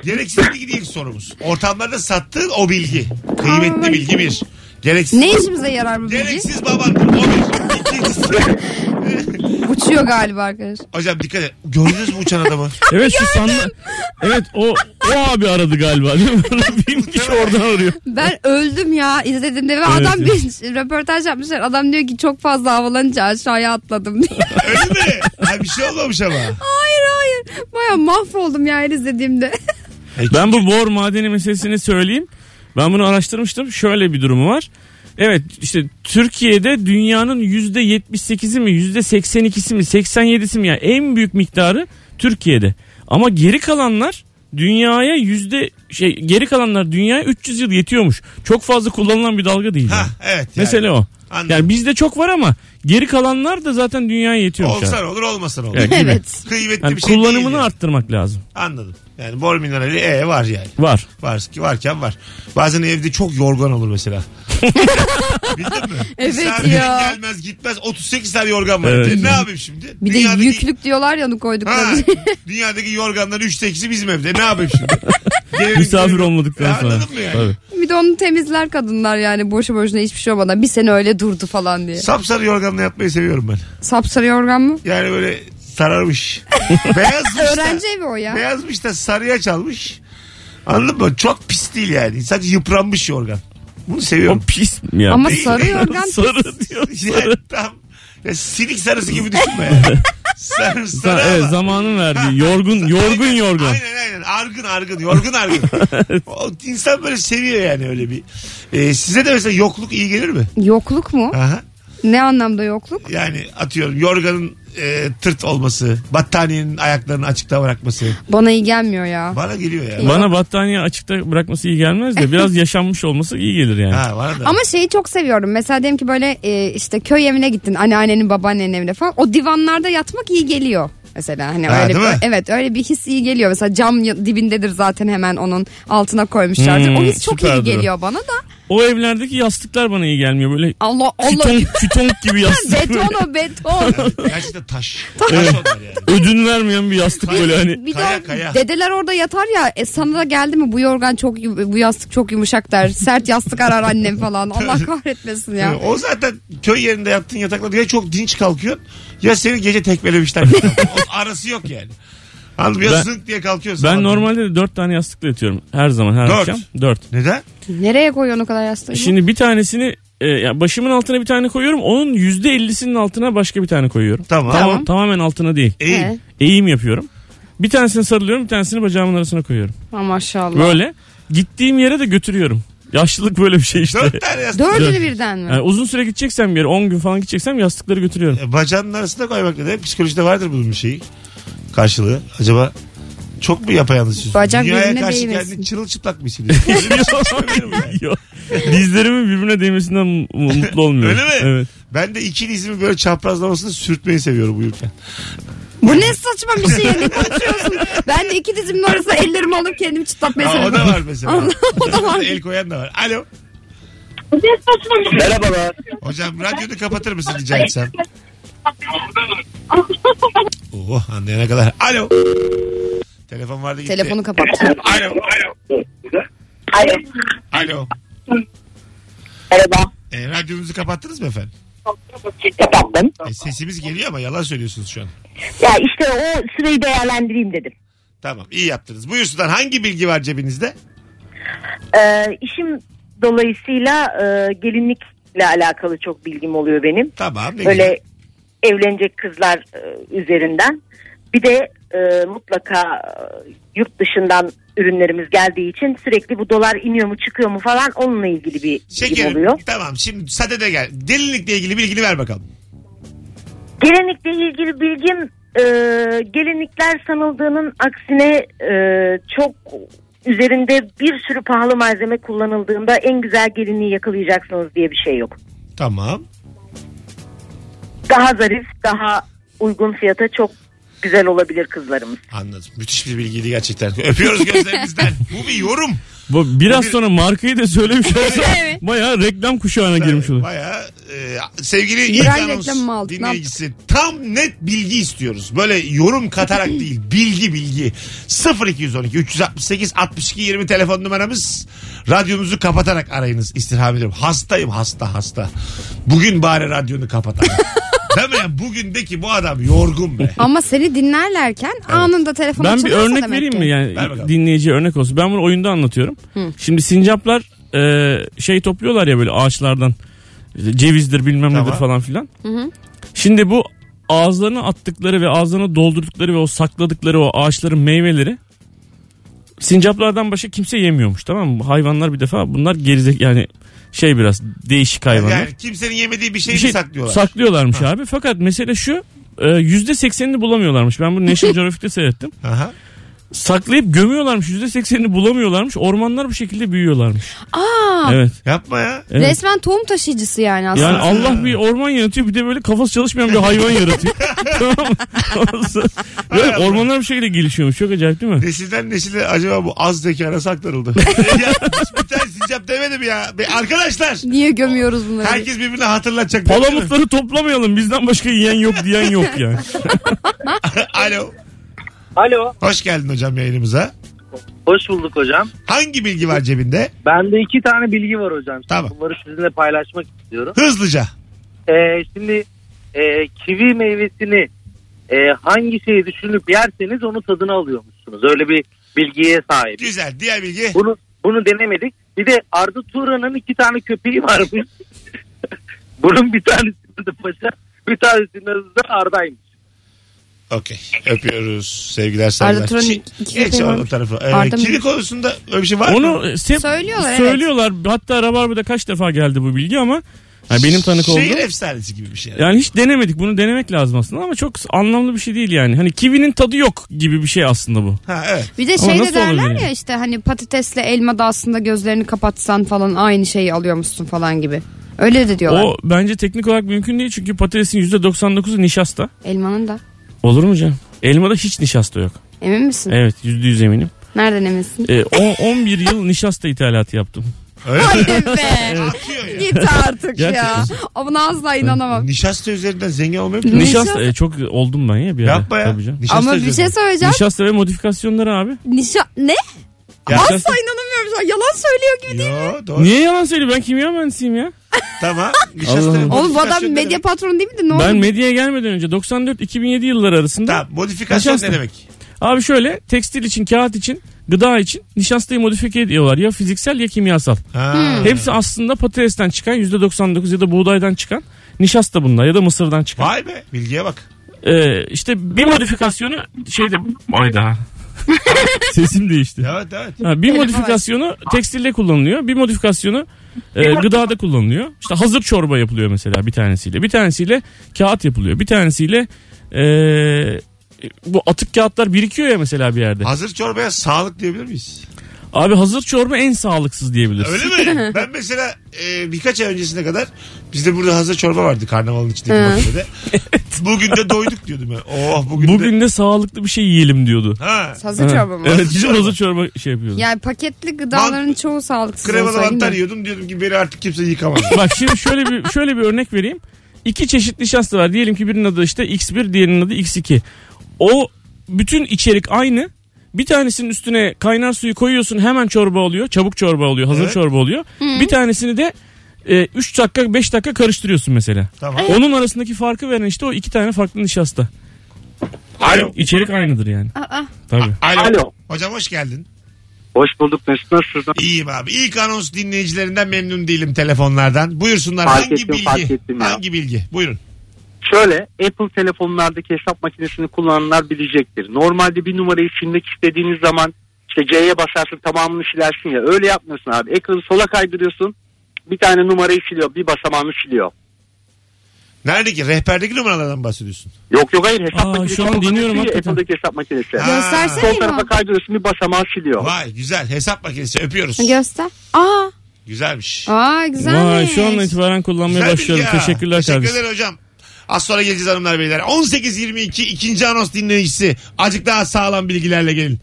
[SPEAKER 2] gereksiz bilgi değil sorumuz. Ortamlarda sattığın o bilgi. Kıymetli
[SPEAKER 3] Ay.
[SPEAKER 2] bilgi bir. Gereksiz.
[SPEAKER 3] Ne işimize yarar bu bilgi?
[SPEAKER 2] Gereksiz babandır o bir. İkincisi.
[SPEAKER 3] Uçuyor galiba arkadaş.
[SPEAKER 2] Hocam dikkat et. Gördünüz mü uçan adamı?
[SPEAKER 4] Evet şu sandal. Evet o o abi aradı galiba değil mi? Bin kişi oradan arıyor.
[SPEAKER 3] Ben öldüm ya izlediğimde ve
[SPEAKER 4] Evet,
[SPEAKER 3] adam
[SPEAKER 4] evet.
[SPEAKER 3] bir röportaj yapmışlar. Adam diyor ki çok fazla havalanınca aşağıya atladım diye.
[SPEAKER 2] Öyle mi? Ha, bir şey olmamış ama.
[SPEAKER 3] hayır hayır. Baya mahvoldum ya her izlediğimde.
[SPEAKER 4] Ben bu bor madeni meselesini söyleyeyim. Ben bunu araştırmıştım. Şöyle bir durumu var. Evet işte Türkiye'de dünyanın %78'i mi %82'si mi 87'si mi yani en büyük miktarı Türkiye'de. Ama geri kalanlar dünyaya yüzde şey geri kalanlar dünyaya 300 yıl yetiyormuş. Çok fazla kullanılan bir dalga değil.
[SPEAKER 2] Ha
[SPEAKER 4] yani.
[SPEAKER 2] evet. Yani.
[SPEAKER 4] Mesele o.
[SPEAKER 2] Anladım.
[SPEAKER 4] Yani bizde çok var ama geri kalanlar da zaten dünyaya yetiyormuş.
[SPEAKER 2] Olsan
[SPEAKER 4] abi.
[SPEAKER 2] olur olmasan olur.
[SPEAKER 4] Yani gibi.
[SPEAKER 3] evet.
[SPEAKER 2] Kıymetli
[SPEAKER 4] Yani
[SPEAKER 2] bir şey
[SPEAKER 4] kullanımını
[SPEAKER 2] değil. yani.
[SPEAKER 4] arttırmak lazım.
[SPEAKER 2] Anladım. Yani bor minerali e var yani.
[SPEAKER 4] Var.
[SPEAKER 2] Var ki varken var. Bazen evde çok yorgan olur mesela. Bildin mi?
[SPEAKER 3] Evet
[SPEAKER 2] Misafir
[SPEAKER 3] ya.
[SPEAKER 2] Gelmez gitmez 38 tane yorgan var.
[SPEAKER 4] Evet.
[SPEAKER 2] evde. Ne yapayım şimdi?
[SPEAKER 3] Bir de
[SPEAKER 2] Dünyadaki-
[SPEAKER 3] yüklük diyorlar ya onu
[SPEAKER 2] Ha,
[SPEAKER 3] koydukları.
[SPEAKER 2] dünyadaki yorganların 3'te 2'si bizim evde. Ne E, yapayım şimdi? Geri-
[SPEAKER 4] Misafir
[SPEAKER 2] geri-
[SPEAKER 4] olmadıktan sonra.
[SPEAKER 2] Anladın mı yani?
[SPEAKER 4] Tabii.
[SPEAKER 3] Bir de onu temizler kadınlar yani boşu boşuna hiçbir şey olmadan. Bir sene öyle durdu falan diye.
[SPEAKER 2] Sapsarı yorganla yatmayı seviyorum ben.
[SPEAKER 3] Sapsarı yorgan mı?
[SPEAKER 2] Yani böyle sararmış. Beyazmış da,
[SPEAKER 3] Öğrenci evi o ya.
[SPEAKER 2] beyazmış da sarıya çalmış. Anladın mı? Çok pis değil yani. Sadece yıpranmış yorgan. Bunu
[SPEAKER 4] O
[SPEAKER 2] seviyorum.
[SPEAKER 4] pis mi ya?
[SPEAKER 3] Ama
[SPEAKER 4] Pis.
[SPEAKER 3] sarı yorgan
[SPEAKER 4] sarı diyor.
[SPEAKER 2] Yani tam ya silik sarısı gibi düşünme yani. Sarı, sarı
[SPEAKER 4] Sa- evet,
[SPEAKER 2] ama-
[SPEAKER 4] zamanın
[SPEAKER 2] Ha,
[SPEAKER 4] verdiği. Yorgun, yorgun
[SPEAKER 2] Aynen,
[SPEAKER 4] yorgan.
[SPEAKER 2] Aynen aynen. Argın argın. Yorgun argın. o, insan böyle seviyor yani öyle bir. Ee, size de mesela yokluk iyi gelir mi?
[SPEAKER 3] Yokluk mu?
[SPEAKER 2] Aha.
[SPEAKER 3] Ne anlamda yokluk?
[SPEAKER 2] Yani atıyorum yorganın e, tırt olması, battaniyenin ayaklarını açıkta bırakması.
[SPEAKER 3] Bana iyi gelmiyor ya.
[SPEAKER 2] Bana geliyor ya.
[SPEAKER 4] Bana battaniye açıkta bırakması iyi gelmez de biraz yaşanmış olması iyi gelir yani.
[SPEAKER 2] Ha, bana da.
[SPEAKER 3] Ama şeyi çok seviyorum. Mesela diyelim ki böyle e, işte köy evine gittin. Anneannenin babaannenin evine falan. O divanlarda yatmak iyi geliyor. Mesela hani
[SPEAKER 2] Ha,
[SPEAKER 3] öyle
[SPEAKER 2] değil mi?
[SPEAKER 3] bir, evet öyle bir his iyi geliyor. Mesela cam ya- dibindedir zaten hemen onun altına koymuşlardır.
[SPEAKER 4] Hmm,
[SPEAKER 3] o his çok iyi
[SPEAKER 4] süperdir o.
[SPEAKER 3] geliyor bana da.
[SPEAKER 4] O evlerdeki yastıklar bana iyi gelmiyor. Böyle
[SPEAKER 3] Allah Allah.
[SPEAKER 4] küton, küton gibi yastık. böyle.
[SPEAKER 3] beton o beton.
[SPEAKER 2] Gerçekten taş. Taş onlar yani.
[SPEAKER 4] Ödün vermeyen bir yastık böyle hani.
[SPEAKER 3] Bir
[SPEAKER 2] Kaya,
[SPEAKER 3] de
[SPEAKER 2] kaya.
[SPEAKER 3] dedeler orada yatar ya e, sana da geldi mi bu yorgan çok yu- bu yastık çok yumuşak der. Sert yastık arar annem falan. Allah kahretmesin ya.
[SPEAKER 2] O zaten köy yerinde yattığın yataklarda ya çok dinç kalkıyorsun ya seni gece tekmelemişler. O arası yok yani. Anladın mı? Ya
[SPEAKER 4] Ben-
[SPEAKER 2] zınk diye kalkıyorsun.
[SPEAKER 4] Ben
[SPEAKER 2] Anladın mı?
[SPEAKER 4] normalde de dört tane yastıkla yatıyorum. Her zaman her
[SPEAKER 2] Dört.
[SPEAKER 4] akşam. Dört.
[SPEAKER 2] Neden?
[SPEAKER 3] Nereye koyuyorsun o kadar yastığı?
[SPEAKER 4] Şimdi bir tanesini e, ya başımın altına bir tane koyuyorum. Onun yüzde ellisinin altına başka bir tane koyuyorum.
[SPEAKER 2] Tamam.
[SPEAKER 4] Tamam. Tamamen altına değil.
[SPEAKER 2] İyi.
[SPEAKER 3] He,
[SPEAKER 4] Eğim yapıyorum. Bir tanesini sarılıyorum bir tanesini bacağımın arasına koyuyorum.
[SPEAKER 3] ha, maşallah.
[SPEAKER 4] Böyle. Gittiğim yere de götürüyorum. Yaşlılık böyle bir şey işte.
[SPEAKER 2] Dört tane yastık.
[SPEAKER 3] Dördünü birden mi?
[SPEAKER 4] Yani uzun süre gideceksem bir yere 10 gün falan gideceksem yastıkları götürüyorum.
[SPEAKER 2] E, Bacağının arasında koymak ne? demek? Psikolojide vardır bunun bir şeyi. Karşılığı. Acaba çok mu yapayalnız yüzün?
[SPEAKER 3] Bacak
[SPEAKER 2] Dünyaya
[SPEAKER 3] birbirine
[SPEAKER 2] karşı
[SPEAKER 3] değmesin.
[SPEAKER 2] kendini çırılçıplak mı hissediyorsun?
[SPEAKER 4] Yok. Dizlerimin birbirine değmesinden mu- mutlu olmuyorum.
[SPEAKER 2] Öyle mi?
[SPEAKER 4] Evet.
[SPEAKER 2] ben de iki dizimi böyle çaprazlamasını sürtmeyi seviyorum uyurken.
[SPEAKER 3] Bu ne saçma bir şey ya, ne konuşuyorsun? Ben de iki dizimin arasında ellerimi alıp kendimi çıtlatmaya
[SPEAKER 2] Aa, o
[SPEAKER 3] çalışıyorum.
[SPEAKER 2] da var mesela.
[SPEAKER 3] o da var.
[SPEAKER 2] El koyan da var. Alo.
[SPEAKER 5] Merhabalar.
[SPEAKER 2] Hocam radyonu kapatır mısın rica etsem? Oo anlayana kadar. Alo. Telefon vardı gitti.
[SPEAKER 3] Telefonu kapat.
[SPEAKER 2] Alo. Alo.
[SPEAKER 6] Alo.
[SPEAKER 2] Alo.
[SPEAKER 6] Merhaba.
[SPEAKER 2] E, radyonuzu kapattınız mı efendim?
[SPEAKER 6] Kapattım.
[SPEAKER 2] E, sesimiz geliyor ama yalan söylüyorsunuz şu an.
[SPEAKER 6] Ya işte o süreyi değerlendireyim dedim.
[SPEAKER 2] Tamam iyi yaptınız. Buyursunlar hangi bilgi var cebinizde?
[SPEAKER 6] Ee, işim dolayısıyla e, gelinlikle alakalı çok bilgim oluyor benim.
[SPEAKER 2] Tamam ne
[SPEAKER 6] Böyle
[SPEAKER 2] güzel.
[SPEAKER 6] evlenecek kızlar e, üzerinden. Bir de e, mutlaka e, yurt dışından ürünlerimiz geldiği için sürekli bu dolar iniyor mu çıkıyor mu falan onunla ilgili bir bilgim oluyor.
[SPEAKER 2] Şekerim tamam şimdi sadede gel. Gelinlikle ilgili bilgini ver bakalım.
[SPEAKER 6] Gelinlikle ilgili bilgim e, gelinlikler sanıldığının aksine e, çok üzerinde bir sürü pahalı malzeme kullanıldığında en güzel gelinliği yakalayacaksınız diye bir şey yok.
[SPEAKER 2] Tamam.
[SPEAKER 6] Daha zarif, daha uygun fiyata çok güzel olabilir kızlarımız.
[SPEAKER 2] Anladım. Müthiş bir bilgiydi gerçekten. Öpüyoruz gözlerinizden. Bu bir yorum.
[SPEAKER 4] Bu biraz sonra markayı da söylemiş olsa
[SPEAKER 3] Evet.
[SPEAKER 4] bayağı reklam kuşağına girmiş olur.
[SPEAKER 2] Bayağı e, sevgili
[SPEAKER 3] Bir ay
[SPEAKER 2] İlk Anons
[SPEAKER 3] reklam mı aldık, ne
[SPEAKER 2] dinleyicisi tam net bilgi istiyoruz. Böyle yorum katarak değil bilgi bilgi. 0212 368 62 20 telefon numaramız. Radyonuzu kapatarak arayınız istirham ediyorum. Hastayım hasta hasta. Bugün bari radyonu kapat. abi. Değil mi? ya? Bugün de ki bu adam yorgun be.
[SPEAKER 3] Ama seni dinlerlerken anında telefon
[SPEAKER 4] Ben bir
[SPEAKER 3] çalıyorsa
[SPEAKER 4] örnek
[SPEAKER 3] demek
[SPEAKER 4] vereyim
[SPEAKER 3] ki.
[SPEAKER 4] mi yani
[SPEAKER 2] Ver bakalım.
[SPEAKER 4] dinleyici örnek olsun. Ben bunu oyunda anlatıyorum. Şimdi sincaplar e, şey topluyorlar ya böyle ağaçlardan İşte cevizdir bilmem
[SPEAKER 2] Tamam.
[SPEAKER 4] nedir falan filan. Şimdi bu ağızlarına attıkları ve ağızlarına doldurdukları ve o sakladıkları o ağaçların meyveleri sincaplardan başka kimse yemiyormuş tamam mı? Bu Hayvanlar bir defa bunlar gerizek yani şey biraz değişik hayvanlar.
[SPEAKER 2] Yani kimsenin yemediği bir şeyi
[SPEAKER 4] Bir şey
[SPEAKER 2] mi saklıyorlar?
[SPEAKER 4] Saklıyorlarmış abi. Fakat mesele şu e, %80'ini bulamıyorlarmış. Ben bunu National Geographic'te seyrettim.
[SPEAKER 2] Aha.
[SPEAKER 4] Saklayıp gömüyorlarmış. %80'ini bulamıyorlarmış. Ormanlar bu şekilde büyüyorlarmış.
[SPEAKER 3] Aa,
[SPEAKER 4] Evet.
[SPEAKER 2] Yapma ya.
[SPEAKER 4] Evet.
[SPEAKER 3] Resmen tohum taşıyıcısı yani aslında.
[SPEAKER 4] Yani Allah bir orman yaratıyor bir de böyle kafası çalışmayan bir hayvan yaratıyor. tamam mı? Böyle ormanlar bu şekilde gelişiyormuş. Çok acayip değil mi?
[SPEAKER 2] Nesilden nesile acaba bu az zekana saklanıldı. ya, bir tane sincap demedim ya. Be- Arkadaşlar
[SPEAKER 3] Niye gömüyoruz bunları?
[SPEAKER 2] herkes birbirine hatırlatacak. değil mi?
[SPEAKER 4] Palamutları toplamayalım. Bizden başka yiyen yok diyen yok yani.
[SPEAKER 2] Alo.
[SPEAKER 5] Alo.
[SPEAKER 2] Hoş geldin hocam yayınımıza.
[SPEAKER 7] Hoş bulduk hocam.
[SPEAKER 2] Hangi bilgi var cebinde?
[SPEAKER 7] Bende iki tane bilgi var hocam.
[SPEAKER 2] Tamam.
[SPEAKER 7] Bunları sizinle paylaşmak istiyorum.
[SPEAKER 2] Hızlıca.
[SPEAKER 7] Ee, şimdi e, kivi meyvesini e, hangi şeyi düşünüp yerseniz onu tadını alıyormuşsunuz. Öyle bir bilgiye sahip.
[SPEAKER 2] Güzel. Diğer bilgi.
[SPEAKER 7] Bunu bunu denemedik. Bir de Arda Turan'ın iki tane köpeği varmış. Bunun bir tanesinin de paşa, bir tanesinin adı da Arda'ymış.
[SPEAKER 2] Okey. Öpüyoruz. Sevgiler saygılar.
[SPEAKER 3] Arda Turan'ın
[SPEAKER 2] Ki-
[SPEAKER 3] iki
[SPEAKER 2] Geç
[SPEAKER 3] köpeği
[SPEAKER 2] o
[SPEAKER 3] varmış.
[SPEAKER 2] tarafı. Ee,
[SPEAKER 3] Arda mı?
[SPEAKER 2] kivi konusunda öyle bir şey var mı?
[SPEAKER 4] Onu se-
[SPEAKER 3] Söylüyorlar, evet.
[SPEAKER 4] söylüyorlar. Hatta Rabarba'da kaç defa geldi bu bilgi ama yani benim tanık olduğum.
[SPEAKER 2] Şehir efsanesi gibi bir şey.
[SPEAKER 4] Yani hiç denemedik. Bunu denemek lazım aslında ama çok anlamlı bir şey değil yani. Hani kivinin tadı yok gibi bir şey aslında bu.
[SPEAKER 2] Ha evet.
[SPEAKER 3] Bir de
[SPEAKER 4] Ama
[SPEAKER 3] şey de
[SPEAKER 4] nasıl
[SPEAKER 3] derler
[SPEAKER 4] olabilir?
[SPEAKER 3] ya işte hani patatesle elma da aslında gözlerini kapatsan falan aynı şeyi alıyormuşsun falan gibi. Öyle de diyorlar.
[SPEAKER 4] O bence teknik olarak mümkün değil çünkü patatesin %99'u nişasta.
[SPEAKER 3] Elmanın da.
[SPEAKER 4] Olur mu canım? Elmada hiç nişasta yok.
[SPEAKER 3] Emin misin?
[SPEAKER 4] Evet %100 eminim.
[SPEAKER 3] Nereden eminsin?
[SPEAKER 4] Ee, on- 11 yıl nişasta ithalatı yaptım.
[SPEAKER 2] Öyle mi?
[SPEAKER 3] Hadi be.
[SPEAKER 2] Atıyor ya.
[SPEAKER 3] Git artık ya.
[SPEAKER 4] Gerçekten.
[SPEAKER 3] O buna asla inanamam.
[SPEAKER 2] Nişasta üzerinden zengin olmuyor mu?
[SPEAKER 3] Nişasta-
[SPEAKER 4] Nişasta e, çok oldum ben ya bir ara.
[SPEAKER 2] Yapma ya.
[SPEAKER 4] Tabii canım.
[SPEAKER 2] Nişasta
[SPEAKER 3] Ama bir şey
[SPEAKER 2] üzerinden.
[SPEAKER 3] söyleyeceğim. şey-
[SPEAKER 4] Nişasta ve modifikasyonları abi.
[SPEAKER 3] Nişan ne?
[SPEAKER 2] Ya-
[SPEAKER 3] Asla inanamıyorum şu an. Yalan söylüyor gibi değil.
[SPEAKER 2] Yo doğru.
[SPEAKER 4] Niye yalan söylüyor? Ben kimya mühendisiyim ya.
[SPEAKER 2] Tamam. Nişasta
[SPEAKER 4] Allah.
[SPEAKER 2] ve
[SPEAKER 3] Oğlum bu adam
[SPEAKER 2] modifikasyon ne
[SPEAKER 3] medya
[SPEAKER 2] demek?
[SPEAKER 3] patronu değil miydi? Ne
[SPEAKER 4] Ben
[SPEAKER 3] oldu?
[SPEAKER 4] medyaya gelmeden önce 94-2007 yılları arasında
[SPEAKER 2] Tamam modifikasyon
[SPEAKER 4] Nişasta.
[SPEAKER 2] ne demek?
[SPEAKER 4] Abi şöyle tekstil için, kağıt için, gıda için nişastayı modifiye ediyorlar. Ya fiziksel ya kimyasal.
[SPEAKER 2] Ha.
[SPEAKER 4] Hepsi aslında patatesten çıkan %99 ya da buğdaydan çıkan nişasta bunlar ya da mısırdan çıkan.
[SPEAKER 2] Vay be bilgiye bak.
[SPEAKER 4] Ee, işte bir modifikasyonu şeyde... Ay daha. Sesim değişti.
[SPEAKER 2] Evet evet.
[SPEAKER 4] Ha, bir modifikasyonu tekstilde kullanılıyor. Bir modifikasyonu e, gıdada kullanılıyor. İşte hazır çorba yapılıyor mesela bir tanesiyle. Bir tanesiyle kağıt yapılıyor. Bir tanesiyle e, bu atık kağıtlar birikiyor ya mesela bir yerde.
[SPEAKER 2] Hazır çorbaya sağlık diyebilir miyiz?
[SPEAKER 4] Abi hazır çorba en sağlıksız diyebilirsin.
[SPEAKER 2] Öyle mi? ben mesela e, birkaç ay öncesine kadar bizde burada hazır çorba vardı karnavalın içindeki
[SPEAKER 3] Hı.
[SPEAKER 2] mahallede. Bugün de doyduk diyordum ben. Oh bugün, de.
[SPEAKER 4] Bugün de sağlıklı bir şey yiyelim diyordu.
[SPEAKER 2] Ha.
[SPEAKER 3] Hazır çorba mı?
[SPEAKER 4] Evet bizim hazır çorba şey yapıyordu.
[SPEAKER 3] Yani paketli gıdaların
[SPEAKER 2] Mant-
[SPEAKER 3] çoğu sağlıksız.
[SPEAKER 2] Kremalı
[SPEAKER 3] olsa, değil mi?
[SPEAKER 2] mantar yiyordum diyordum ki beni artık kimse yıkamaz.
[SPEAKER 4] Bak şimdi şöyle bir şöyle bir örnek vereyim. İki çeşit nişasta var. Diyelim ki birinin adı işte X1, diğerinin adı X2. O bütün içerik aynı. Bir tanesinin üstüne kaynar suyu koyuyorsun hemen çorba oluyor. Çabuk çorba oluyor, hazır
[SPEAKER 2] Evet.
[SPEAKER 4] çorba oluyor. Bir tanesini de 3 dakika 5 dakika karıştırıyorsun mesela.
[SPEAKER 2] tamam.
[SPEAKER 4] Onun arasındaki farkı veren işte o iki tane farklı nişasta.
[SPEAKER 2] Alo.
[SPEAKER 4] İçerik aynıdır yani.
[SPEAKER 3] Aa,
[SPEAKER 4] Tabii.
[SPEAKER 2] Alo.
[SPEAKER 5] Alo.
[SPEAKER 2] Hocam hoş geldin.
[SPEAKER 5] Hoş bulduk Mesut nasılsın?
[SPEAKER 2] İyiyim abi. İlk anons dinleyicilerinden memnun değilim telefonlardan. Buyursunlar
[SPEAKER 5] Fark
[SPEAKER 2] hangi
[SPEAKER 5] ettim,
[SPEAKER 2] bilgi?
[SPEAKER 5] fark ettim ya.
[SPEAKER 2] hangi bilgi? Buyurun.
[SPEAKER 5] Şöyle Apple telefonlardaki hesap makinesini kullananlar bilecektir. Normalde bir numarayı silmek istediğiniz zaman işte C'ye basarsın tamamını silersin ya. Öyle yapmıyorsun abi. Ekranı sola kaydırıyorsun. Bir tane numarayı siliyor. Bir basamağını siliyor.
[SPEAKER 2] Neredeki? Rehberdeki numaralardan bahsediyorsun.
[SPEAKER 5] Yok yok hayır hesap
[SPEAKER 4] Aa,
[SPEAKER 5] makinesi.
[SPEAKER 4] şu an
[SPEAKER 5] kullanıyorsun
[SPEAKER 4] dinliyorum
[SPEAKER 5] ya,
[SPEAKER 4] hakikaten.
[SPEAKER 5] Apple'daki hesap makinesi.
[SPEAKER 2] Ha.
[SPEAKER 3] Göstersene
[SPEAKER 5] Sol tarafa
[SPEAKER 3] ya.
[SPEAKER 5] kaydırıyorsun bir basamağı siliyor.
[SPEAKER 2] Vay güzel. Hesap makinesi öpüyoruz.
[SPEAKER 3] Göster. Aa,
[SPEAKER 2] Güzelmiş.
[SPEAKER 3] aa güzelmiş.
[SPEAKER 4] Vay, şu andan itibaren kullanmaya
[SPEAKER 2] Güzel
[SPEAKER 4] başlıyorum.
[SPEAKER 2] bilgi ha.
[SPEAKER 4] Teşekkürler
[SPEAKER 2] Teşekkür
[SPEAKER 4] kardeşim.
[SPEAKER 2] ederim hocam. Az sonra geleceğiz hanımlar beyler. 18.22 ikinci anons dinleyicisi. Azıcık daha sağlam bilgilerle gelin.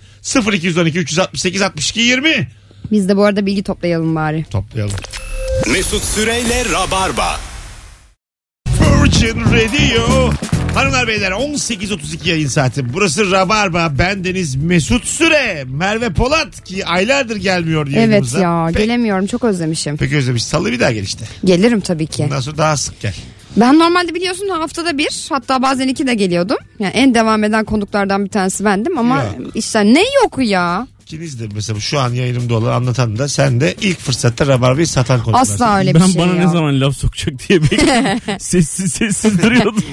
[SPEAKER 2] 0212 368 62 20.
[SPEAKER 3] Biz de bu arada bilgi toplayalım bari.
[SPEAKER 2] Toplayalım.
[SPEAKER 1] Mesut Süreyle Rabarba.
[SPEAKER 2] Virgin Radio. Hanımlar beyler 18.32 yayın saati. Burası Rabarba. Ben Deniz Mesut Süre. Merve Polat ki aylardır gelmiyor
[SPEAKER 3] Evet
[SPEAKER 2] yayınımıza.
[SPEAKER 3] ya
[SPEAKER 2] Pek-
[SPEAKER 3] gelemiyorum çok özlemişim.
[SPEAKER 2] Peki özlemiş. Salı bir daha gel işte.
[SPEAKER 3] Gelirim tabii ki.
[SPEAKER 2] Bundan sonra daha sık gel.
[SPEAKER 3] Ben normalde biliyorsun haftada bir hatta bazen iki de geliyordum. Yani en devam eden konuklardan bir tanesi bendim ama
[SPEAKER 2] Yok.
[SPEAKER 3] işte ne yok ya.
[SPEAKER 2] İkiniz de mesela şu an yayınımda olan anlatan da sen de ilk fırsatta Rabarba'yı satan konuklar.
[SPEAKER 3] Asla öyle bir
[SPEAKER 4] ben
[SPEAKER 3] şey
[SPEAKER 4] bana
[SPEAKER 3] yok.
[SPEAKER 4] ne zaman laf sokacak diye bekledim. sessiz sessiz duruyordum.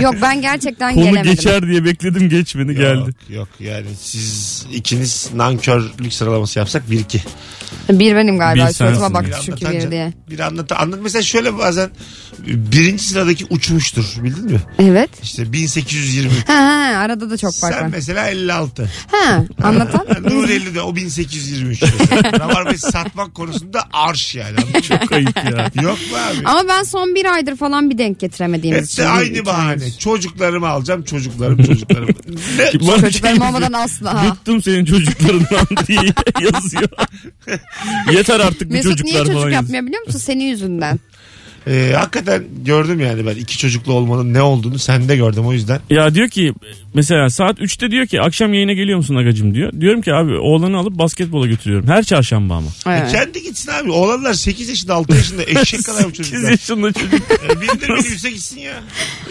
[SPEAKER 3] Yok ben gerçekten
[SPEAKER 4] Konu
[SPEAKER 3] gelemedim.
[SPEAKER 4] geçer diye bekledim geçmedi geldi.
[SPEAKER 2] Yok, yok yani siz ikiniz nankörlük sıralaması yapsak bir iki.
[SPEAKER 3] Bir benim galiba
[SPEAKER 4] Bir
[SPEAKER 3] suratıma
[SPEAKER 4] sensin.
[SPEAKER 3] baktı çünkü
[SPEAKER 2] anlatan
[SPEAKER 3] bir
[SPEAKER 2] can-
[SPEAKER 3] diye.
[SPEAKER 2] Bir anlat, anlat. Mesela şöyle bazen birinci sıradaki uçmuştur bildin mi?
[SPEAKER 3] Evet.
[SPEAKER 2] İşte 1820.
[SPEAKER 3] Ha, ha, arada da çok
[SPEAKER 2] Sen
[SPEAKER 3] fark var.
[SPEAKER 2] mesela 56.
[SPEAKER 3] Ha, anlatan.
[SPEAKER 2] Nurelli de o 1823. mesela. Rabarba'yı satmak konusunda arş yani. Anladın mı?
[SPEAKER 4] Kayıp ya.
[SPEAKER 2] Yok mu abi?
[SPEAKER 3] Ama ben son bir aydır falan bir denk getiremediğimiz
[SPEAKER 2] Hepsi
[SPEAKER 3] için.
[SPEAKER 2] aynı bahane. Çocuklarımı alacağım çocuklarım çocuklarım. Ne?
[SPEAKER 4] Bana
[SPEAKER 3] Çocuklarım
[SPEAKER 4] şey-
[SPEAKER 3] olmadan asla. ha.
[SPEAKER 4] Yuttum senin çocuklarından diye yazıyor. Yeter artık bu
[SPEAKER 3] Mesut niye
[SPEAKER 4] çocuklar
[SPEAKER 3] çocuk
[SPEAKER 4] falan yazıyor.
[SPEAKER 3] yapmıyor biliyor musun? Senin yüzünden.
[SPEAKER 2] Ee, hakikaten gördüm yani ben iki çocuklu olmanın ne olduğunu sende gördüm o yüzden. E,
[SPEAKER 4] Ya diyor ki mesela saat 3'te diyor ki akşam yayına geliyor musun agacım diyor. Diyorum ki abi oğlanı alıp basketbola götürüyorum. Her çarşamba ama.
[SPEAKER 2] E, kendi gitsin abi. Oğlanlar 8 yaşında 6 yaşında eşek kadar bu
[SPEAKER 4] 8
[SPEAKER 2] çocuklar.
[SPEAKER 4] yaşında çocuk.
[SPEAKER 2] E, bindir minibüse gitsin ya.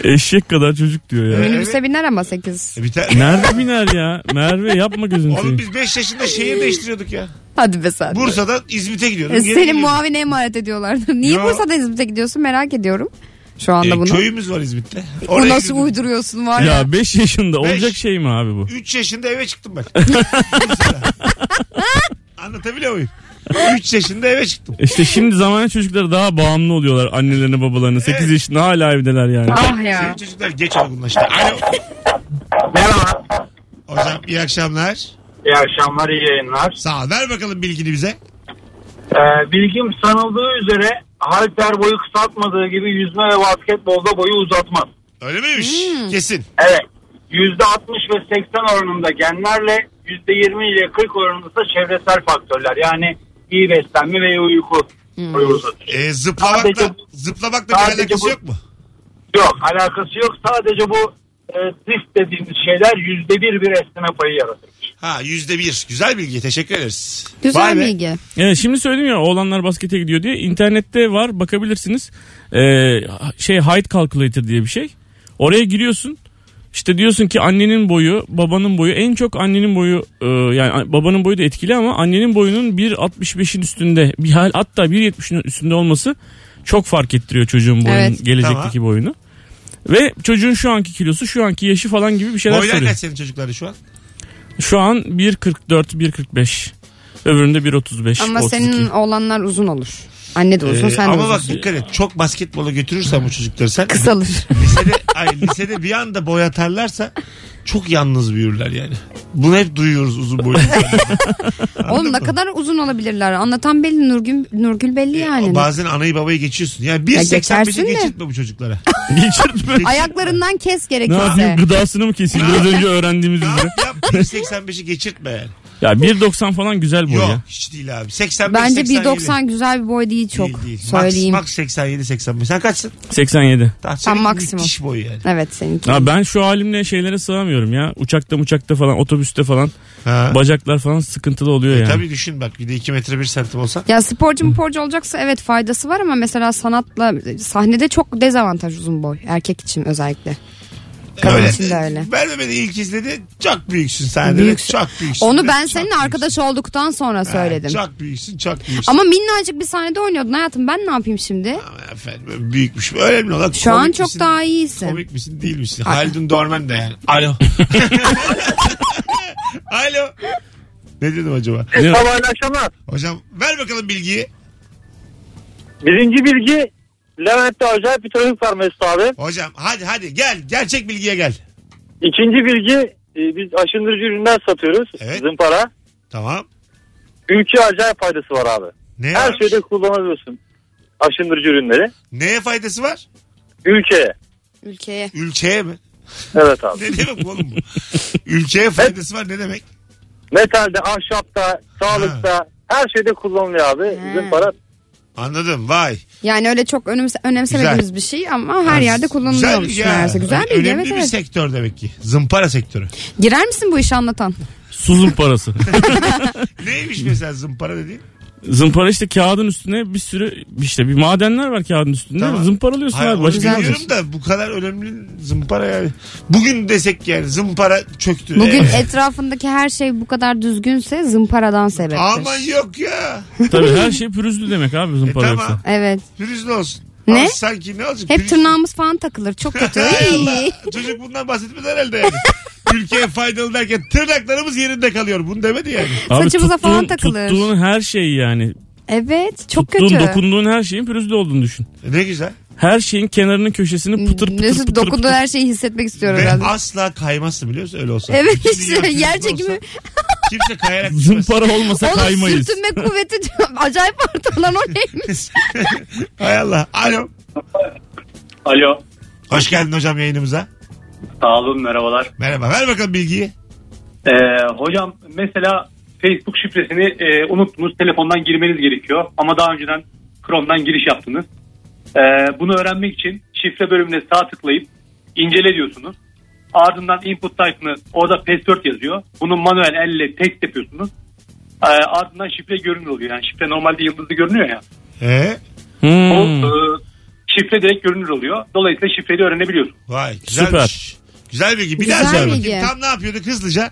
[SPEAKER 4] Eşek kadar çocuk diyor ya.
[SPEAKER 3] Minibüse biner ama 8.
[SPEAKER 2] E, biter.
[SPEAKER 4] Nerede biner ya? Merve yapma gözünü
[SPEAKER 2] Oğlum
[SPEAKER 4] seveyim.
[SPEAKER 2] biz 5 yaşında şehir değiştiriyorduk ya.
[SPEAKER 3] Hadi be sen.
[SPEAKER 2] Bursa'dan İzmit'e gidiyorduk.
[SPEAKER 3] E,
[SPEAKER 2] Geri
[SPEAKER 3] Senin
[SPEAKER 2] geliyorduk.
[SPEAKER 3] muavine emanet ediyorlardı. Niye
[SPEAKER 2] Yo.
[SPEAKER 3] Bursa'dan İzmit'e gidiyorsun merak ediyorum. Şu anda
[SPEAKER 2] E,
[SPEAKER 3] bunu.
[SPEAKER 2] köyümüz var İzmit'te.
[SPEAKER 3] Bu
[SPEAKER 2] Oraya
[SPEAKER 3] nasıl
[SPEAKER 2] gidiyorduk.
[SPEAKER 3] uyduruyorsun var ya.
[SPEAKER 4] Ya 5 yaşında
[SPEAKER 2] Beş.
[SPEAKER 4] olacak şey mi abi bu?
[SPEAKER 2] 3 yaşında eve çıktım ben. Anlatabiliyor muyum? 3 yaşında eve çıktım.
[SPEAKER 4] İşte şimdi zamanın çocukları daha bağımlı oluyorlar annelerine babalarına. 8 yaşında hala evdeler yani.
[SPEAKER 3] Ah
[SPEAKER 2] Senin
[SPEAKER 3] ya.
[SPEAKER 2] çocuklar geç olgunlaştı. Alo.
[SPEAKER 5] Merhaba.
[SPEAKER 2] Hocam iyi akşamlar.
[SPEAKER 5] İyi akşamlar, iyi yayınlar.
[SPEAKER 2] Sağ ol. Ver bakalım bilgini bize.
[SPEAKER 5] Ee, bilgim sanıldığı üzere halter boyu kısaltmadığı gibi yüzme ve basketbolda boyu uzatmaz.
[SPEAKER 2] Öyle miymiş?
[SPEAKER 3] Hmm.
[SPEAKER 2] Kesin.
[SPEAKER 5] Evet. %60 ve 80 oranında genlerle %20 ile 40 oranında ise çevresel faktörler. Yani iyi beslenme ve iyi uyku. boyu uzatır.
[SPEAKER 2] E, zıplamakla,
[SPEAKER 5] Sadece-
[SPEAKER 2] zıplamakla bir
[SPEAKER 5] sadece
[SPEAKER 2] alakası
[SPEAKER 5] bu-
[SPEAKER 2] yok mu?
[SPEAKER 5] Yok alakası yok. Sadece bu e, drift dediğimiz şeyler %1 bir esneme payı yaratır.
[SPEAKER 2] Ha yüzde bir. Güzel bilgi. Teşekkür ederiz. Vay
[SPEAKER 3] Güzel
[SPEAKER 2] be.
[SPEAKER 3] bilgi.
[SPEAKER 4] Evet, şimdi söyledim ya oğlanlar baskete gidiyor diye. İnternette var bakabilirsiniz. Ee, şey height calculator diye bir şey. Oraya giriyorsun. İşte diyorsun ki annenin boyu, babanın boyu en çok annenin boyu e, yani a- babanın boyu da etkili ama annenin boyunun 1.65'in üstünde bir hal hatta 1.70'in üstünde olması çok fark ettiriyor çocuğun boyunun
[SPEAKER 3] Evet.
[SPEAKER 4] gelecekteki boyunu. Ve çocuğun şu anki kilosu, şu anki yaşı falan gibi bir şeyler
[SPEAKER 2] Boylar
[SPEAKER 4] soruyor.
[SPEAKER 2] kaç senin çocuklarda şu an?
[SPEAKER 4] Şu an 1.44, 1.45. Öbüründe 1.35,
[SPEAKER 3] Ama
[SPEAKER 4] 32.
[SPEAKER 3] senin oğlanlar uzun olur. Anne de uzun
[SPEAKER 2] Ee,
[SPEAKER 3] sen de
[SPEAKER 2] ama
[SPEAKER 3] uzunsun.
[SPEAKER 2] bak dikkat et. Çok basketbola götürürsen bu çocukları sen.
[SPEAKER 3] Kısalır.
[SPEAKER 2] lisede, ay, lisede bir anda boy atarlarsa çok yalnız büyürler yani. Bunu hep duyuyoruz uzun boylu.
[SPEAKER 3] Oğlum ne kadar uzun olabilirler. Anlatan belli Nurgül, Nurgül
[SPEAKER 2] Ee,
[SPEAKER 3] belli yani.
[SPEAKER 2] Bazen anayı babayı geçiyorsun. Yani
[SPEAKER 3] geçersin
[SPEAKER 2] 1.85'i
[SPEAKER 3] de.
[SPEAKER 2] geçirtme bu çocuklara.
[SPEAKER 4] Geçirtme.
[SPEAKER 2] şey-
[SPEAKER 3] Ayaklarından kes
[SPEAKER 4] Ne yapayım
[SPEAKER 3] gerekirse.
[SPEAKER 4] gıdasını mı kesildi az önce öğrendiğimiz üzere.
[SPEAKER 2] Yap, yap 1.85'i geçirtme yani.
[SPEAKER 4] Ya 1.90 falan güzel boy
[SPEAKER 2] Yok
[SPEAKER 4] ya.
[SPEAKER 2] hiç değil abi. 85
[SPEAKER 3] Bence
[SPEAKER 2] 87.
[SPEAKER 3] 1.90 güzel bir boy değil çok.
[SPEAKER 2] Değil, değil.
[SPEAKER 3] Söyleyeyim.
[SPEAKER 2] Max, max 87 85. Sen kaçsın?
[SPEAKER 4] 87.
[SPEAKER 2] Tamam, senin
[SPEAKER 3] maksimum.
[SPEAKER 2] Müthiş boy yani.
[SPEAKER 3] Evet seninki.
[SPEAKER 4] Ya ben şu halimle şeylere sığamıyorum ya. Uçakta uçakta falan otobüste falan
[SPEAKER 2] Ha.
[SPEAKER 4] bacaklar falan sıkıntılı oluyor yani.
[SPEAKER 2] E, Tabii düşün bak bir de 2 metre 1 santim olsa.
[SPEAKER 3] Ya sporcu mu sporcu olacaksa evet faydası var ama mesela sanatla sahnede çok dezavantaj uzun boy. Erkek için özellikle. Kadın için de öyle.
[SPEAKER 2] Merve beni ilk izledi. Çok büyüksün sen de.
[SPEAKER 3] Büyüksün.
[SPEAKER 2] Çok büyüksün.
[SPEAKER 3] Onu
[SPEAKER 2] de,
[SPEAKER 3] ben
[SPEAKER 2] çok
[SPEAKER 3] senin
[SPEAKER 2] büyüksün.
[SPEAKER 3] arkadaş olduktan sonra söyledim.
[SPEAKER 2] Ha, Çok büyüksün çok büyüksün.
[SPEAKER 3] Ama minnacık bir sahnede oynuyordun hayatım ben ne yapayım şimdi?
[SPEAKER 2] Ama efendim büyükmüş. Önemli olan
[SPEAKER 3] Şu
[SPEAKER 2] komik
[SPEAKER 3] an çok
[SPEAKER 2] misin,
[SPEAKER 3] daha iyisin.
[SPEAKER 2] Komik misin değil misin? Haldun Dorman da yani. Alo. Alo. Ne dedim acaba?
[SPEAKER 4] Değil mi?
[SPEAKER 7] Sabahlı akşamlar.
[SPEAKER 2] Hocam ver bakalım bilgiyi.
[SPEAKER 7] Birinci bilgi Levent'te acayip bir trafik var Mesut abi.
[SPEAKER 2] Hocam hadi hadi gel. Gerçek bilgiye gel.
[SPEAKER 7] İkinci bilgi e, biz aşındırıcı ürünler satıyoruz.
[SPEAKER 2] Evet.
[SPEAKER 7] Zımpara.
[SPEAKER 2] Tamam.
[SPEAKER 7] Ülkeye acayip faydası var abi.
[SPEAKER 2] Ne
[SPEAKER 7] Her
[SPEAKER 2] varmış?
[SPEAKER 7] şeyde kullanabiliyorsun aşındırıcı ürünleri.
[SPEAKER 2] Neye faydası var?
[SPEAKER 7] Ülkeye.
[SPEAKER 3] Ülkeye.
[SPEAKER 2] Ülkeye mi?
[SPEAKER 7] Evet abi.
[SPEAKER 2] Ne demek oğlum bu? Ülkeye faydası var ne demek?
[SPEAKER 7] Metalde, ahşapta, sağlıkta her şeyde kullanılıyor abi. Bizim para
[SPEAKER 2] Anladım vay.
[SPEAKER 3] Yani öyle çok önemse, önemsemediğimiz
[SPEAKER 2] Güzel.
[SPEAKER 3] bir şey ama her yerde kullanılıyormuş
[SPEAKER 2] ya.
[SPEAKER 3] meğerse. Güzel
[SPEAKER 2] Ö-
[SPEAKER 3] bilgi
[SPEAKER 2] Önemli
[SPEAKER 3] evet
[SPEAKER 2] bir şey.
[SPEAKER 3] evet.
[SPEAKER 2] sektör demek ki. Zımpara sektörü.
[SPEAKER 3] Girer misin bu işi anlatan?
[SPEAKER 4] Suzun parası.
[SPEAKER 2] Neymiş mesela zımpara dediğin?
[SPEAKER 4] Zımpara işte kağıdın üstüne bir sürü işte bir madenler var kağıdın üstünde.
[SPEAKER 2] Tamam.
[SPEAKER 4] Zımparalıyorsun
[SPEAKER 2] Hayır,
[SPEAKER 4] abi.
[SPEAKER 2] onu
[SPEAKER 4] Başka şey. ne
[SPEAKER 2] biliyorum
[SPEAKER 4] yapacaksın?
[SPEAKER 2] da bu kadar önemli zımpara yani. Bugün desek yani zımpara çöktü.
[SPEAKER 3] Bugün
[SPEAKER 2] Evet.
[SPEAKER 3] etrafındaki her şey bu kadar düzgünse zımparadan sebeptir.
[SPEAKER 2] Aman yok ya.
[SPEAKER 4] Tabii her şey pürüzlü demek abi
[SPEAKER 2] E,
[SPEAKER 4] zımpara
[SPEAKER 2] tamam.
[SPEAKER 4] yoksa.
[SPEAKER 3] Evet.
[SPEAKER 2] Pürüzlü olsun.
[SPEAKER 3] Ne?
[SPEAKER 2] Ama sanki ne olacak?
[SPEAKER 3] Hep
[SPEAKER 2] Pürüzlü-
[SPEAKER 3] tırnağımız falan takılır. Çok kötü.
[SPEAKER 2] Hay
[SPEAKER 3] Ay.
[SPEAKER 2] Allah. Çocuk bundan bahsetmez herhalde yani. Ülkeye faydalı derken tırnaklarımız yerinde kalıyor. Bunu demedi yani.
[SPEAKER 4] Abi
[SPEAKER 3] Saçımıza falan takılır.
[SPEAKER 4] Tuttuğun her şey yani.
[SPEAKER 3] evet. Çok
[SPEAKER 4] tuttuğun,
[SPEAKER 3] kötü.
[SPEAKER 4] dokunduğun her şeyin pürüzlü olduğunu düşün.
[SPEAKER 2] E, Ne güzel.
[SPEAKER 4] Her şeyin kenarının köşesini pıtır pıtır
[SPEAKER 3] Hmm, Mesut
[SPEAKER 4] pıtır
[SPEAKER 3] dokunduğu
[SPEAKER 4] pıtır.
[SPEAKER 3] her şeyi hissetmek istiyorum
[SPEAKER 2] Ve
[SPEAKER 3] herhalde.
[SPEAKER 2] asla kaymazsın biliyor musun öyle olsa.
[SPEAKER 3] Evet
[SPEAKER 2] Bütün
[SPEAKER 3] işte,
[SPEAKER 2] dünya
[SPEAKER 3] yer
[SPEAKER 2] pürüzlü
[SPEAKER 3] çekimi-
[SPEAKER 2] olsa Kimse kayarak düşmez.
[SPEAKER 4] Zımpara olmasa
[SPEAKER 3] Onun
[SPEAKER 4] kaymayız.
[SPEAKER 3] sürtünme kuvveti acayip arttı lan o neymiş?
[SPEAKER 2] Hay Allah. Alo.
[SPEAKER 8] Alo.
[SPEAKER 2] Hoş geldin hocam yayınımıza.
[SPEAKER 8] Sağ olun merhabalar.
[SPEAKER 2] Merhaba. Ver bakalım bilgiyi.
[SPEAKER 8] Ee, hocam mesela Facebook şifresini e, unuttunuz. Telefondan girmeniz gerekiyor. Ama daha önceden Chrome'dan giriş yaptınız. Ee, bunu öğrenmek için şifre bölümüne sağ tıklayıp incele diyorsunuz. Ardından input type'ını orada password yazıyor. Bunu manuel elle text yapıyorsunuz. Ee, ardından şifre görünür oluyor. Yani şifre normalde yıldızlı görünüyor ya.
[SPEAKER 2] Ee,
[SPEAKER 8] O
[SPEAKER 4] Hmm.
[SPEAKER 8] e, şifre direkt görünür oluyor. Dolayısıyla şifreyi öğrenebiliyorsun.
[SPEAKER 2] vay güzelmiş. Güzel bilgi. Bir daha
[SPEAKER 3] Güzel
[SPEAKER 2] söyle
[SPEAKER 3] bilgi.
[SPEAKER 2] bakayım. Tam ne yapıyorduk hızlıca?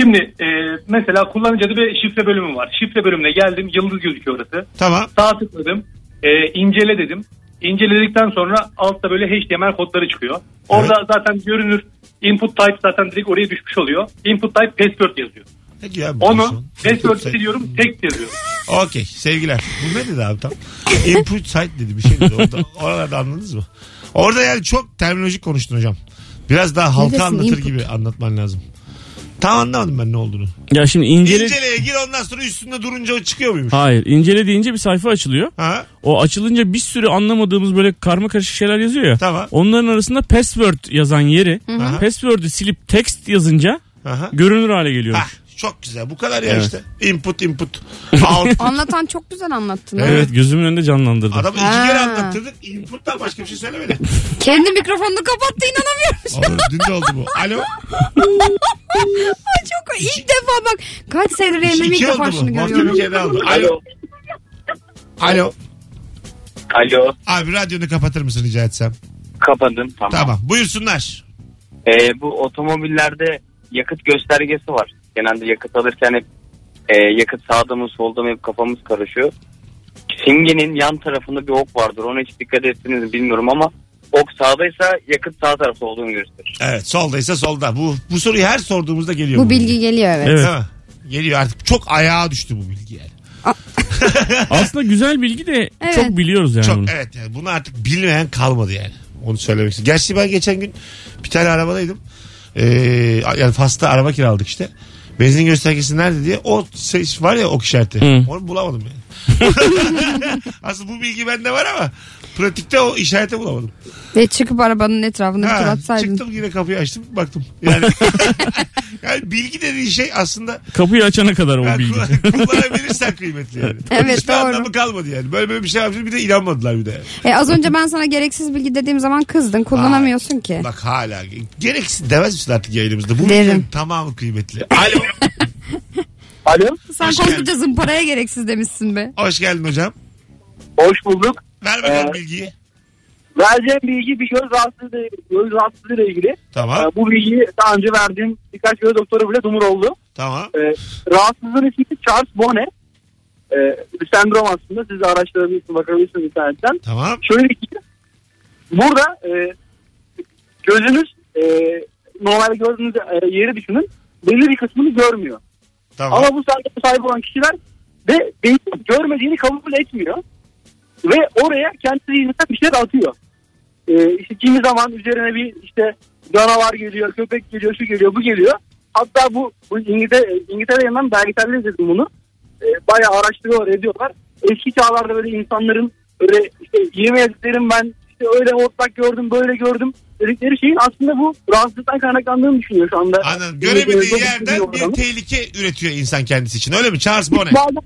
[SPEAKER 8] Şimdi e, mesela kullanıcı adı ve şifre bölümü var. Şifre bölümüne geldim. Yıldız gözüküyor orası.
[SPEAKER 2] Tamam.
[SPEAKER 8] Sağ tıkladım. E, incele dedim. İnceledikten sonra altta böyle HTML kodları çıkıyor. Orada zaten görünür. Input type zaten direkt oraya düşmüş oluyor. Input type password yazıyor.
[SPEAKER 2] Peki ya, bu
[SPEAKER 8] Onu
[SPEAKER 2] olsun.
[SPEAKER 8] password siliyorum text yazıyorum.
[SPEAKER 2] Okey sevgiler. Bu ne dedi abi tam? Input site dedi bir şey dedi. Orada, oralarda anladınız mı? Orada yani çok terminolojik konuştun hocam. Biraz daha halka
[SPEAKER 3] desin,
[SPEAKER 2] anlatır
[SPEAKER 3] input?
[SPEAKER 2] gibi anlatman lazım. Tam anlamadım ben ne olduğunu.
[SPEAKER 4] Ya şimdi incele...
[SPEAKER 2] İnceleye gir ondan sonra üstünde durunca o çıkıyor muymuş?
[SPEAKER 4] Hayır incele deyince bir sayfa açılıyor.
[SPEAKER 2] Ha?
[SPEAKER 4] O açılınca bir sürü anlamadığımız böyle karma karışık şeyler yazıyor ya.
[SPEAKER 2] Tamam.
[SPEAKER 4] Onların arasında password yazan yeri
[SPEAKER 2] hı.
[SPEAKER 4] password'ü silip text yazınca
[SPEAKER 2] Aha.
[SPEAKER 4] görünür hale geliyor.
[SPEAKER 2] Ha, çok güzel. Bu kadar ya
[SPEAKER 4] Evet.
[SPEAKER 2] işte. Input input. Out.
[SPEAKER 3] Anlatan çok güzel anlattın. ha.
[SPEAKER 4] Evet. gözümün önünde canlandırdım.
[SPEAKER 2] Adamı iki
[SPEAKER 3] Ha.
[SPEAKER 2] kere anlattırdık. Input'tan başka bir şey söylemedi.
[SPEAKER 3] Kendi mikrofonunu kapattı inanamıyorum.
[SPEAKER 2] Oğlum, dün de oldu bu. Alo.
[SPEAKER 3] çok ilk defa bak kaç senedir
[SPEAKER 2] İki,
[SPEAKER 3] evimde ilk
[SPEAKER 2] iki
[SPEAKER 3] defa
[SPEAKER 2] oldu
[SPEAKER 3] şunu
[SPEAKER 2] bu. Hafta bir
[SPEAKER 3] görüyorum.
[SPEAKER 2] kere daha oldu. Alo. Alo.
[SPEAKER 7] Alo.
[SPEAKER 2] Abi radyonu kapatır mısın rica etsem?
[SPEAKER 7] Kapadım. Tamam.
[SPEAKER 2] Tamam. Buyursunlar.
[SPEAKER 7] Ee, bu otomobillerde yakıt göstergesi var. Genelde yakıt alırken hep e, yakıt sağda mı solda mı hep kafamız karışıyor. Simgenin yan tarafında bir ok vardır. Ona hiç dikkat ettiniz mi bilmiyorum ama ok sağdaysa yakıt sağ tarafta olduğunu gösterir.
[SPEAKER 2] Evet soldaysa solda. Bu, bu soruyu her sorduğumuzda geliyor.
[SPEAKER 3] Bu bilgi geliyor evet.
[SPEAKER 4] Evet.
[SPEAKER 2] Değil mi? Geliyor artık. Çok ayağa düştü bu bilgi yani.
[SPEAKER 4] Aslında güzel bilgi de
[SPEAKER 3] Evet.
[SPEAKER 4] çok biliyoruz yani. bunu.
[SPEAKER 2] Çok evet yani bunu artık bilmeyen kalmadı yani. Onu söylemek istiyorum. Gerçi ben geçen gün bir tane arabadaydım. Ee, yani Fas'ta araba kiraladık işte. Benzin göstergesi nerede diye o ses var ya ok işareti.
[SPEAKER 4] Hı.
[SPEAKER 2] Onu bulamadım yani. Aslında bu bilgi bende var ama pratikte o işareti bulamadım.
[SPEAKER 3] Ve E, çıkıp arabanın etrafında bir tur
[SPEAKER 2] Ha,
[SPEAKER 3] atsaydın.
[SPEAKER 2] çıktım yine kapıyı açtım baktım. Yani, yani bilgi dediğin şey aslında
[SPEAKER 4] Kapıyı açana kadar o
[SPEAKER 2] yani
[SPEAKER 4] bilgi.
[SPEAKER 2] kullan- kullanabilirsen kıymetli yani.
[SPEAKER 3] Evet,
[SPEAKER 2] Hiçbir
[SPEAKER 3] doğru.
[SPEAKER 2] anlamı kalmadı yani. Böyle böyle bir şey yapmışız bir de inanmadılar bir de. yani.
[SPEAKER 3] E, az önce ben sana gereksiz bilgi dediğim zaman kızdın. Kullanamıyorsun ki.
[SPEAKER 2] Bak hala gereksiz demez misin artık yayınımızda? Bu
[SPEAKER 3] Derim.
[SPEAKER 2] bilgilerin tamamı kıymetli. Alo.
[SPEAKER 7] Alo.
[SPEAKER 3] Sen
[SPEAKER 2] hoş
[SPEAKER 3] koskoca zımparaya gereksiz demişsin be.
[SPEAKER 2] Hoş geldin hocam.
[SPEAKER 7] Hoş bulduk.
[SPEAKER 2] Ver bakalım
[SPEAKER 7] Ee,
[SPEAKER 2] bilgiyi.
[SPEAKER 7] Vereceğim bilgi bir göz rahatsızlığı, göz rahatsızlığıyla ilgili. Ee,
[SPEAKER 2] Tamam
[SPEAKER 7] bu bilgiyi daha önce verdiğim birkaç göz doktora bile dumur oldu.
[SPEAKER 2] tamam.
[SPEAKER 7] E, rahatsızlığın ismi Charles Bonnet. E, bir sendrom aslında. Siz de araştırabilirsiniz, bakabilirsiniz internetten.
[SPEAKER 2] Tamam.
[SPEAKER 7] Şöyle bir şey. Burada e, gözünüz e, normal gözünüz e, yeri düşünün. Belli bir kısmını görmüyor.
[SPEAKER 2] Tamam.
[SPEAKER 7] Ama bu sendroma sahip olan kişiler de beynin görmediğini kabul etmiyor. Ve oraya kendi zihninden bir şeyler atıyor. E, işte kimi zaman üzerine bir işte canavar geliyor, köpek geliyor, şu geliyor, bu geliyor. Hatta bu, bu İngiltere, İngiltere hemen belgeselde izledim bunu. E, bayağı araştırıyorlar, ediyorlar. Eski çağlarda böyle insanların öyle işte yemin ederim ben işte öyle ortak gördüm, böyle gördüm dedikleri şeyin aslında bu rahatsızlıktan kaynaklandığını düşünüyor şu anda.
[SPEAKER 2] Anladım. Göremediği
[SPEAKER 7] İngiltere'de bu
[SPEAKER 2] yerden
[SPEAKER 7] düşünüyor
[SPEAKER 2] bir
[SPEAKER 7] adamı.
[SPEAKER 2] tehlike üretiyor insan kendisi için. Öyle mi? Charles Bonnet.
[SPEAKER 7] Bazen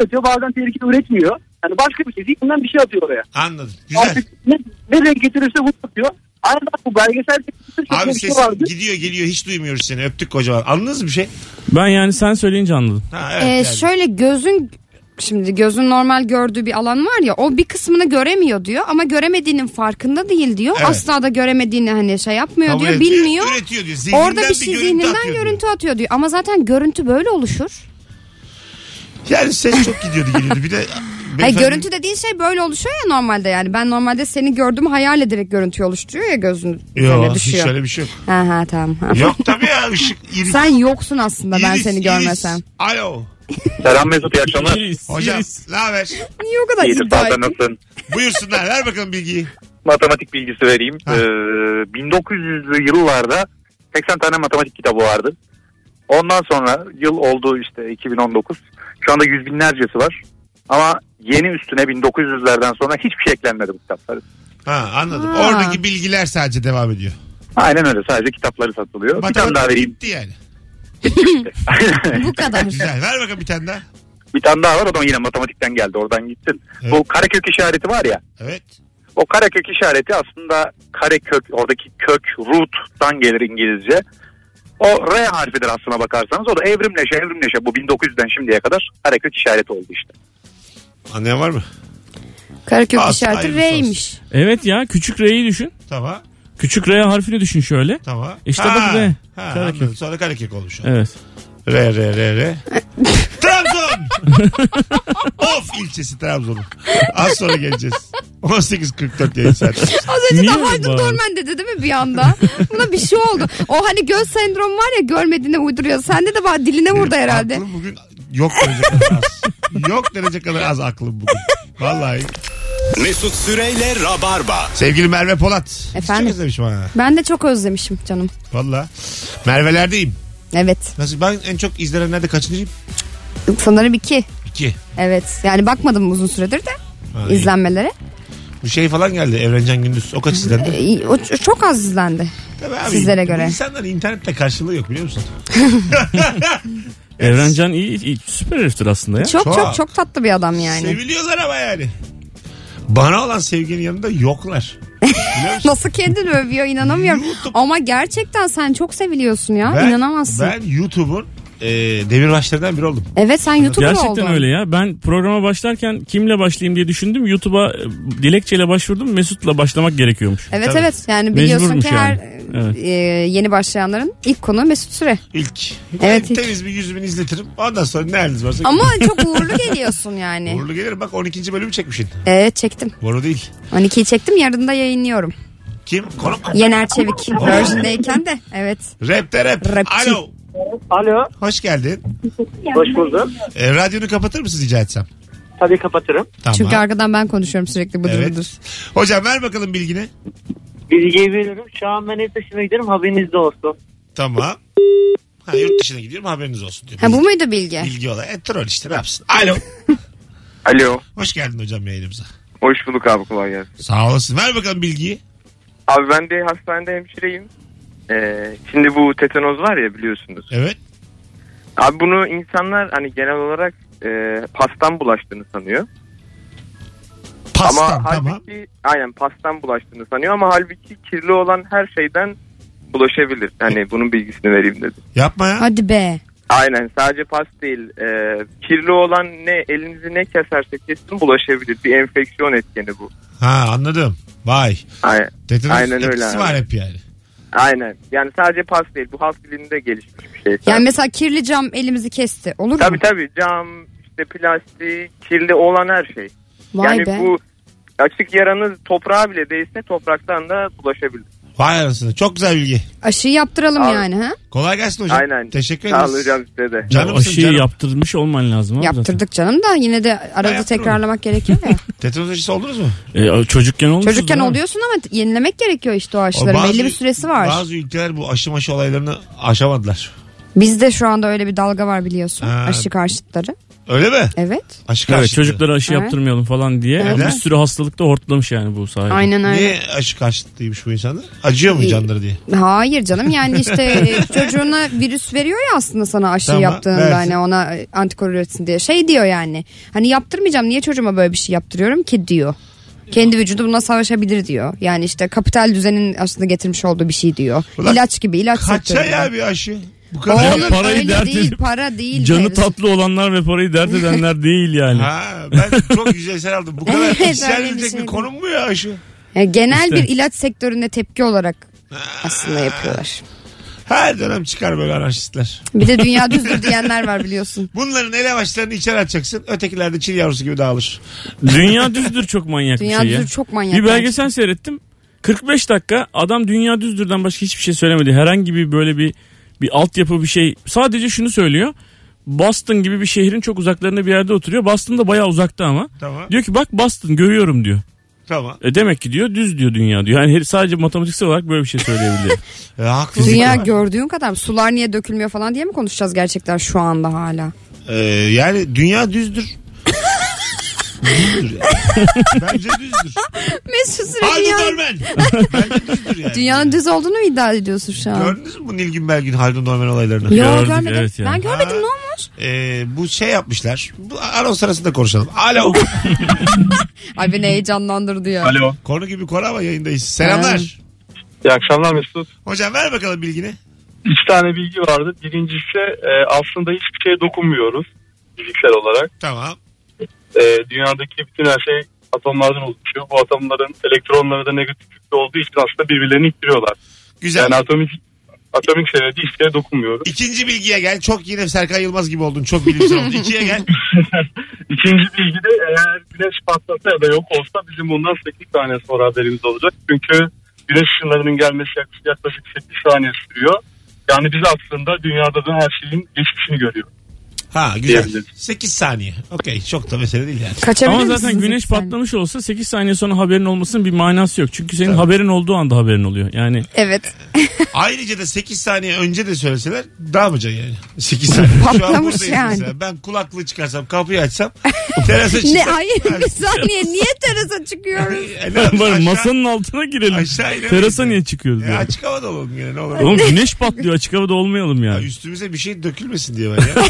[SPEAKER 7] atıyor bazen tehlike üretmiyor. Yani başka bir şey zihninden bir şey atıyor oraya.
[SPEAKER 2] Anladım. Güzel.
[SPEAKER 7] Artık ne, nereye getirirse bunu atıyor. Aynı zamanda bu belgesel çok
[SPEAKER 2] Abi
[SPEAKER 7] bir şey
[SPEAKER 2] sesin
[SPEAKER 7] vardı.
[SPEAKER 2] gidiyor geliyor hiç duymuyoruz seni. Öptük kocaman. Anladınız mı bir şey?
[SPEAKER 4] Ben yani sen söyleyince anladım.
[SPEAKER 2] Ha, evet,
[SPEAKER 3] E,
[SPEAKER 2] yani.
[SPEAKER 3] şöyle gözün şimdi gözün normal gördüğü bir alan var ya o bir kısmını göremiyor diyor ama göremediğinin farkında değil diyor.
[SPEAKER 2] Evet.
[SPEAKER 3] Asla da göremediğini hani şey yapmıyor
[SPEAKER 2] Kabul
[SPEAKER 3] diyor
[SPEAKER 2] etmiyor,
[SPEAKER 3] bilmiyor.
[SPEAKER 2] Üretiyor diyor. Zihninden
[SPEAKER 3] Orada bir şey
[SPEAKER 2] görüntü
[SPEAKER 3] zihninden
[SPEAKER 2] atıyor diyor.
[SPEAKER 3] görüntü atıyor diyor ama zaten görüntü böyle oluşur.
[SPEAKER 2] Yani ses çok gidiyordu geliyordu. Bir de
[SPEAKER 3] Hayır,
[SPEAKER 2] beyefendi-
[SPEAKER 3] görüntü dediğin şey böyle oluşuyor ya normalde yani. Ben normalde seni gördüğümü hayal ederek görüntü oluşturuyor ya gözün
[SPEAKER 2] Yok
[SPEAKER 3] öyle
[SPEAKER 2] hiç
[SPEAKER 3] düşüyor.
[SPEAKER 2] şöyle bir şey yok.
[SPEAKER 3] Ha ha tamam.
[SPEAKER 2] Yok tabii ya ışık iris.
[SPEAKER 3] Sen yoksun aslında ben
[SPEAKER 2] iris,
[SPEAKER 3] seni
[SPEAKER 2] iris.
[SPEAKER 3] görmesem.
[SPEAKER 2] Alo.
[SPEAKER 5] Selam Mesut iyi akşamlar.
[SPEAKER 4] Iris,
[SPEAKER 2] Hocam
[SPEAKER 4] iris.
[SPEAKER 2] ne haber?
[SPEAKER 3] Niye Hani o kadar
[SPEAKER 5] İyidir
[SPEAKER 3] iddia
[SPEAKER 5] zaten
[SPEAKER 3] ettin?
[SPEAKER 5] nasılsın?
[SPEAKER 2] Buyursunlar ver bakalım bilgiyi.
[SPEAKER 5] matematik bilgisi vereyim.
[SPEAKER 2] Ha.
[SPEAKER 5] Ee, 1900'lü yıllarda 80 tane matematik kitabı vardı. Ondan sonra yıl oldu işte 2019. Şu anda yüz binlercesi var. Ama yeni üstüne 1900'lerden sonra hiçbir şey eklenmedi bu kitaplara.
[SPEAKER 2] Ha anladım.
[SPEAKER 3] Ha.
[SPEAKER 2] Oradaki bilgiler sadece devam ediyor.
[SPEAKER 5] Aynen öyle sadece kitapları satılıyor. Bir tane daha
[SPEAKER 2] Matematik
[SPEAKER 5] vereyim.
[SPEAKER 2] bitti yani.
[SPEAKER 3] Bu kadar.
[SPEAKER 2] Güzel ver bakalım bir tane daha.
[SPEAKER 5] Bir tane daha var o da yine matematikten geldi oradan gitsin.
[SPEAKER 2] Evet.
[SPEAKER 5] Bu karekök işareti var ya
[SPEAKER 2] Evet.
[SPEAKER 9] O kare kök işareti aslında kare kök oradaki kök root'tan gelir İngilizce. O R harfidir aslına bakarsanız. O da evrimleşe evrimleşe bu 1900'den şimdiye kadar kare kök işareti oldu işte.
[SPEAKER 2] Anlayan var mı?
[SPEAKER 3] Karakök
[SPEAKER 2] Az,
[SPEAKER 3] işareti
[SPEAKER 2] hayırlısı
[SPEAKER 3] R'ymiş.
[SPEAKER 4] Evet ya küçük R'yi düşün.
[SPEAKER 2] Tamam.
[SPEAKER 4] Küçük R harfini düşün şöyle.
[SPEAKER 2] Tamam.
[SPEAKER 4] İşte bak R.
[SPEAKER 2] Ha,
[SPEAKER 4] Karakök.
[SPEAKER 2] anladım. Sonra karakök olmuş.
[SPEAKER 4] Evet.
[SPEAKER 2] Re re re re. Trabzon. of ilçesi Trabzon'un. Az sonra geleceğiz. 18.44 yayın saati.
[SPEAKER 3] Az önce de
[SPEAKER 4] Niye
[SPEAKER 3] Haldun
[SPEAKER 4] var?
[SPEAKER 3] Dorman dedi değil mi bir anda? Buna bir şey oldu. O hani göz sendromu var ya görmediğine uyduruyor. Sende de bak diline vurdu herhalde.
[SPEAKER 2] Aklım bugün yok derece kadar az. yok derece kadar az aklım bugün. Vallahi.
[SPEAKER 1] Mesut Süreyle Rabarba.
[SPEAKER 2] Sevgili Merve Polat.
[SPEAKER 3] Efendim?
[SPEAKER 2] Çok özlemişim ha.
[SPEAKER 3] Ben de çok özlemişim canım.
[SPEAKER 2] Valla. Merve'lerdeyim.
[SPEAKER 3] Evet.
[SPEAKER 2] Nasıl ben en çok izlenenlerde kaçıncıyım?
[SPEAKER 3] Sanırım iki.
[SPEAKER 2] İki.
[SPEAKER 3] Evet. Yani bakmadım uzun süredir de
[SPEAKER 2] Ha, iyi.
[SPEAKER 3] izlenmelere.
[SPEAKER 2] Bu şey falan geldi Evrencan Gündüz. O kaç izlendi?
[SPEAKER 3] Ee, O ç- çok az izlendi.
[SPEAKER 2] Tabii abi,
[SPEAKER 3] sizlere göre.
[SPEAKER 2] İnsanların internette karşılığı yok biliyor musun?
[SPEAKER 4] Evrencan iyi, iyi süper heriftir aslında ya.
[SPEAKER 3] Çok
[SPEAKER 2] çok.
[SPEAKER 3] çok çok tatlı bir adam yani.
[SPEAKER 2] Seviliyorlar ama yani. Bana olan sevginin yanında yoklar. Biliyor musun?
[SPEAKER 3] Nasıl kendini övüyor inanamıyorum. Ama gerçekten sen çok seviliyorsun ya.
[SPEAKER 2] Ben-
[SPEAKER 3] İnanamazsın.
[SPEAKER 2] Ben YouTube'un e, demirbaşlarından biri oldum.
[SPEAKER 3] Evet sen YouTuber
[SPEAKER 4] Gerçekten
[SPEAKER 3] oldun.
[SPEAKER 4] öyle ya. Ben programa başlarken kimle başlayayım diye düşündüm. YouTube'a e, dilekçeyle başvurdum. Mesut'la başlamak gerekiyormuş.
[SPEAKER 3] Evet
[SPEAKER 2] Tabii.
[SPEAKER 3] evet yani biliyorsun
[SPEAKER 4] Mecburmuş
[SPEAKER 3] ki her
[SPEAKER 4] yani. Evet.
[SPEAKER 3] e, yeni başlayanların ilk konu Mesut Süre.
[SPEAKER 2] İlk.
[SPEAKER 3] Evet,
[SPEAKER 2] Ben
[SPEAKER 3] ilk.
[SPEAKER 2] temiz bir yüzümünü izletirim. Ondan sonra ne haliniz varsa.
[SPEAKER 3] Ama çok uğurlu geliyorsun yani.
[SPEAKER 2] Uğurlu gelirim. Bak 12. bölümü çekmişsin.
[SPEAKER 3] Evet çektim.
[SPEAKER 2] Boru değil.
[SPEAKER 3] 12'yi çektim yarın da yayınlıyorum.
[SPEAKER 2] Kim? Konuk.
[SPEAKER 3] Yener Çevik. Virgin'deyken de evet.
[SPEAKER 2] Rap de rap.
[SPEAKER 3] Rapçi.
[SPEAKER 2] Alo.
[SPEAKER 5] Alo.
[SPEAKER 2] Hoş geldin.
[SPEAKER 5] Hoş bulduk.
[SPEAKER 2] E, radyonu kapatır mısın rica etsem?
[SPEAKER 5] Tabii kapatırım.
[SPEAKER 2] Tamam.
[SPEAKER 3] Çünkü arkadan ben konuşuyorum sürekli bu
[SPEAKER 2] Evet. Hocam ver bakalım bilgini.
[SPEAKER 5] Bilgiyi veriyorum. Şu an ben ev dışına giderim haberiniz de olsun.
[SPEAKER 2] Tamam. Ha, yurt dışına gidiyorum haberiniz olsun diyor.
[SPEAKER 3] Ha bu muydu bilgi?
[SPEAKER 2] Bilgi olay. E, troll işte ne yapsın? Alo.
[SPEAKER 9] Alo.
[SPEAKER 2] Hoş geldin hocam yayınımıza.
[SPEAKER 9] Hoş bulduk abi kolay gelsin.
[SPEAKER 2] Sağ olasın. Ver bakalım bilgiyi.
[SPEAKER 9] Abi ben de hastanede hemşireyim. Ee, şimdi bu tetanoz var ya biliyorsunuz.
[SPEAKER 2] Evet.
[SPEAKER 9] Abi bunu insanlar hani genel olarak e, pastan bulaştığını sanıyor.
[SPEAKER 2] Pastan
[SPEAKER 9] ama
[SPEAKER 2] tamam.
[SPEAKER 9] halbuki aynen pastan bulaştığını sanıyor ama halbuki kirli olan her şeyden bulaşabilir. Hani bunun bilgisini vereyim dedim.
[SPEAKER 2] Yapma ya.
[SPEAKER 3] Hadi be.
[SPEAKER 9] Aynen sadece pas değil e, kirli olan ne elinizi ne keserse kesin bulaşabilir. Bir enfeksiyon etkeni bu.
[SPEAKER 2] Ha anladım. Vay.
[SPEAKER 9] Aynen,
[SPEAKER 2] Tetanoz
[SPEAKER 9] Aynen öyle
[SPEAKER 2] etkisi
[SPEAKER 9] abi.
[SPEAKER 2] var hep yani.
[SPEAKER 9] aynen. yani sadece pas değil bu halk dilinde gelişmiş bir şey.
[SPEAKER 3] Yani mesela kirli cam elimizi kesti. Olur mu?
[SPEAKER 9] Tabii tabii cam işte plastik kirli olan her şey.
[SPEAKER 3] Vay
[SPEAKER 9] yani
[SPEAKER 3] be.
[SPEAKER 9] bu açık yaranız toprağa bile değse topraktan da bulaşabilir.
[SPEAKER 2] Vay anasını. Çok güzel bilgi.
[SPEAKER 3] Aşıyı yaptıralım
[SPEAKER 9] Abi.
[SPEAKER 3] yani ha?
[SPEAKER 2] Kolay gelsin hocam.
[SPEAKER 9] Aynen.
[SPEAKER 2] Teşekkür
[SPEAKER 9] Sağ
[SPEAKER 2] ederiz.
[SPEAKER 9] olun hocam size de.
[SPEAKER 2] Canımsın,
[SPEAKER 4] o şeyi
[SPEAKER 2] canım.
[SPEAKER 4] yaptırmış olman lazım. abi
[SPEAKER 3] Yaptırdık canım da yine de
[SPEAKER 2] Ben
[SPEAKER 3] arada
[SPEAKER 2] yaptırmadım.
[SPEAKER 3] tekrarlamak gerekiyor ya.
[SPEAKER 2] Tetanoz aşısı oldunuz mu?
[SPEAKER 4] zaten. E, o çocukken olmuşuz.
[SPEAKER 3] Çocukken
[SPEAKER 4] değil mi?
[SPEAKER 3] oluyorsun ama yenilemek gerekiyor işte o
[SPEAKER 2] O
[SPEAKER 3] aşıların.
[SPEAKER 2] bazı-
[SPEAKER 3] Belli bir süresi var.
[SPEAKER 2] Bazı ülkeler bu aşı maşı olaylarını aşamadılar.
[SPEAKER 3] Bizde şu anda öyle bir dalga var biliyorsun.
[SPEAKER 2] Ha.
[SPEAKER 3] Aşı karşıtları.
[SPEAKER 2] Öyle mi?
[SPEAKER 3] Evet.
[SPEAKER 2] Aşı
[SPEAKER 4] Evet
[SPEAKER 2] karşıtı.
[SPEAKER 4] çocuklara aşı
[SPEAKER 3] Evet.
[SPEAKER 4] yaptırmayalım falan diye.
[SPEAKER 2] Evet.
[SPEAKER 4] Bir sürü hastalıkta hortlamış yani bu sayede.
[SPEAKER 3] Aynen öyle.
[SPEAKER 2] Niye aşı karşıtlıymış bu insanlar? Acıyor mu
[SPEAKER 3] İyi.
[SPEAKER 2] canları diye.
[SPEAKER 3] Hayır canım yani işte e, çocuğuna virüs veriyor ya aslında sana aşı
[SPEAKER 2] Tamam,
[SPEAKER 3] yaptığında
[SPEAKER 2] versin.
[SPEAKER 3] hani ona e, antikor üretsin diye. Şey diyor yani hani yaptırmayacağım niye çocuğuma böyle bir şey yaptırıyorum ki diyor. Kendi vücudu buna savaşabilir diyor. Yani işte kapital düzenin aslında getirmiş olduğu bir şey diyor.
[SPEAKER 2] Ulan
[SPEAKER 3] ilaç gibi ilaç
[SPEAKER 2] Kaça
[SPEAKER 3] sektörü.
[SPEAKER 2] ya bir aşı? Bu kadar.
[SPEAKER 3] Oğlum
[SPEAKER 4] Parayı
[SPEAKER 3] öyle
[SPEAKER 4] dert
[SPEAKER 3] değil
[SPEAKER 4] edip
[SPEAKER 3] para değil.
[SPEAKER 4] Canı
[SPEAKER 3] mevzu.
[SPEAKER 4] tatlı olanlar ve parayı dert edenler değil yani.
[SPEAKER 2] Ha, ben çok yüzeysel aldım. Bu kadar
[SPEAKER 3] Evet,
[SPEAKER 2] kişisel
[SPEAKER 3] öyle bir
[SPEAKER 2] edilecek bir
[SPEAKER 3] şey
[SPEAKER 2] konum mu ya aşı?
[SPEAKER 3] Yani genel
[SPEAKER 4] İşte.
[SPEAKER 3] bir ilaç sektörüne tepki olarak aslında yapıyorlar.
[SPEAKER 2] Her dönem çıkar böyle anarşistler.
[SPEAKER 3] Bir de dünya düzdür diyenler var biliyorsun.
[SPEAKER 2] Bunların elebaşlarını içeri atacaksın. Ötekiler de çil yavrusu gibi dağılır.
[SPEAKER 4] Dünya düzdür çok manyak
[SPEAKER 3] Dünya
[SPEAKER 4] bir şey ya.
[SPEAKER 3] düzdür çok manyak.
[SPEAKER 4] Bir belgesel seyrettim. 45 dakika adam dünya düzdürden başka hiçbir şey söylemedi. Herhangi bir böyle bir bir altyapı bir şey. Sadece şunu söylüyor. Boston gibi bir şehrin çok uzaklarında bir yerde oturuyor. Boston da bayağı uzakta ama.
[SPEAKER 2] Tamam.
[SPEAKER 4] Diyor ki bak Boston görüyorum diyor.
[SPEAKER 2] Tamam.
[SPEAKER 4] E demek ki diyor düz diyor dünya diyor. Yani herif sadece matematiksel olarak böyle bir şey söyleyebiliyor.
[SPEAKER 2] E, haklısın.
[SPEAKER 3] Dünya gördüğün kadar mı? sular niye dökülmüyor falan diye mi konuşacağız gerçekten şu anda hala?
[SPEAKER 2] Ee, yani dünya düzdür. düzdür yani. Bence düzdür.
[SPEAKER 3] Mesut
[SPEAKER 2] Hadi
[SPEAKER 3] Süre
[SPEAKER 2] Dorman.
[SPEAKER 3] dünyanın,
[SPEAKER 2] Bence düzdür yani.
[SPEAKER 3] dünyanın düz olduğunu mu iddia ediyorsun şu an?
[SPEAKER 2] Gördünüz mü bu Nilgün Belgin Haldun Dorman olaylarını?
[SPEAKER 3] Yo
[SPEAKER 4] Gördük,
[SPEAKER 3] görmedim.
[SPEAKER 4] evet ya.
[SPEAKER 3] Ben görmedim
[SPEAKER 2] Ha.
[SPEAKER 3] ne olmuş? yapmışlar?
[SPEAKER 2] Ee, bu şey yapmışlar. Bu anons sırasında konuşalım. Alo.
[SPEAKER 3] Ay beni heyecanlandırdı ya.
[SPEAKER 10] Alo.
[SPEAKER 2] Konu gibi konu ama yayındayız. Selamlar.
[SPEAKER 10] İyi akşamlar Mesut.
[SPEAKER 2] Hocam ver bakalım bilgini.
[SPEAKER 10] İki tane bilgi vardı. Birincisi e, aslında hiçbir şeye dokunmuyoruz fiziksel olarak.
[SPEAKER 2] Tamam.
[SPEAKER 10] E, dünyadaki bütün her şey atomlardan oluşuyor. Bu atomların elektronları da negatif yüklü olduğu için aslında birbirlerini ittiriyorlar.
[SPEAKER 2] Güzel.
[SPEAKER 10] Yani atomik atomik seviyede hiçbir şeye dokunmuyoruz.
[SPEAKER 2] İkinci bilgiye gel. Çok yine Serkan Yılmaz gibi oldun. Çok bilimsel oldun. İkiye gel.
[SPEAKER 10] İkinci bilgi de eğer güneş patlasa ya da yok olsa bizim bundan 8 saniye sonra haberimiz olacak. Çünkü güneş ışınlarının gelmesi yaklaşık, yaklaşık 8 saniye sürüyor. Yani biz aslında dünyada da her şeyin geçmişini görüyoruz.
[SPEAKER 2] Ha güzel.
[SPEAKER 10] Diyebilirim.
[SPEAKER 2] 8 saniye. Okey. Çok da mesele değil yani.
[SPEAKER 3] Kaçabilir
[SPEAKER 4] Ama
[SPEAKER 3] misiniz
[SPEAKER 4] zaten güneş
[SPEAKER 3] lütfen?
[SPEAKER 4] patlamış olsa 8 saniye sonra haberin olmasının bir manası yok. Çünkü senin haberin olduğu anda haberin oluyor. Yani
[SPEAKER 3] Evet.
[SPEAKER 2] Ayrıca da 8 saniye önce de söyleseler dağmayacaksın yani. 8 saniye. Şu an
[SPEAKER 3] Patlamış
[SPEAKER 2] buradayız
[SPEAKER 3] yani.
[SPEAKER 2] mesela. Ben kulaklığı çıkarsam kapıyı açsam
[SPEAKER 4] şey
[SPEAKER 2] terasa çıksam.
[SPEAKER 3] ne ay bir saniye niye terasa çıkıyoruz?
[SPEAKER 2] E, ne yapayım?
[SPEAKER 4] Bari
[SPEAKER 2] Aşağı-
[SPEAKER 4] masanın altına girelim.
[SPEAKER 2] aşağı inemeyiz
[SPEAKER 4] Terasa
[SPEAKER 2] yani.
[SPEAKER 4] niye çıkıyoruz?
[SPEAKER 2] E,
[SPEAKER 4] yani?
[SPEAKER 2] açık havada olalım yine ne olur.
[SPEAKER 4] Oğlum güneş patlıyor açık havada olmayalım
[SPEAKER 2] Ya
[SPEAKER 4] yani.
[SPEAKER 2] Üstümüze bir şey dökülmesin diye ben ya.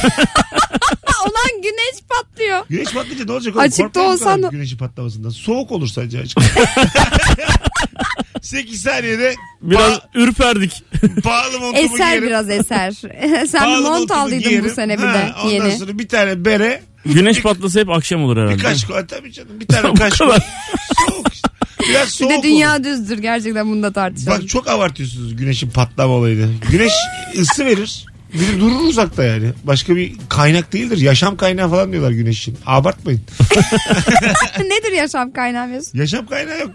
[SPEAKER 3] Ha, olan güneş patlıyor.
[SPEAKER 2] Güneş patlayınca ne olacak oğlum?
[SPEAKER 3] Açıkta
[SPEAKER 2] Korkmayın bu kadar
[SPEAKER 3] olsan da-
[SPEAKER 2] Güneşin patlamasından. Soğuk olur sadece açık. 8 saniyede
[SPEAKER 4] Biraz
[SPEAKER 2] pa-
[SPEAKER 4] ürperdik.
[SPEAKER 2] pahalı montumu
[SPEAKER 3] Eser
[SPEAKER 2] giyerim.
[SPEAKER 3] biraz eser. Sen
[SPEAKER 2] Pahalı
[SPEAKER 3] bir mont
[SPEAKER 2] montumu
[SPEAKER 3] aldıydın
[SPEAKER 2] giyerim.
[SPEAKER 3] bu sene bir
[SPEAKER 2] Ha,
[SPEAKER 3] de
[SPEAKER 2] Ondan
[SPEAKER 3] yeni.
[SPEAKER 2] sonra bir tane bere,
[SPEAKER 4] Güneş patlasa hep akşam olur herhalde.
[SPEAKER 2] bir kaşko. Tabii canım bir tane
[SPEAKER 4] Bu
[SPEAKER 2] kaşko.
[SPEAKER 4] kadar.
[SPEAKER 2] soğuk işte. Biraz
[SPEAKER 3] Bir
[SPEAKER 2] soğuk
[SPEAKER 3] de dünya düzdür gerçekten bunu da tartışalım.
[SPEAKER 2] Bak çok abartıyorsunuz güneşin patlama olayını. Güneş ısı verir. Bir de durur uzakta yani. Başka bir kaynak değildir. Yaşam kaynağı falan diyorlar güneşin. Abartmayın.
[SPEAKER 3] Nedir yaşam kaynağı Mesut?
[SPEAKER 2] Yaşam kaynağı yok.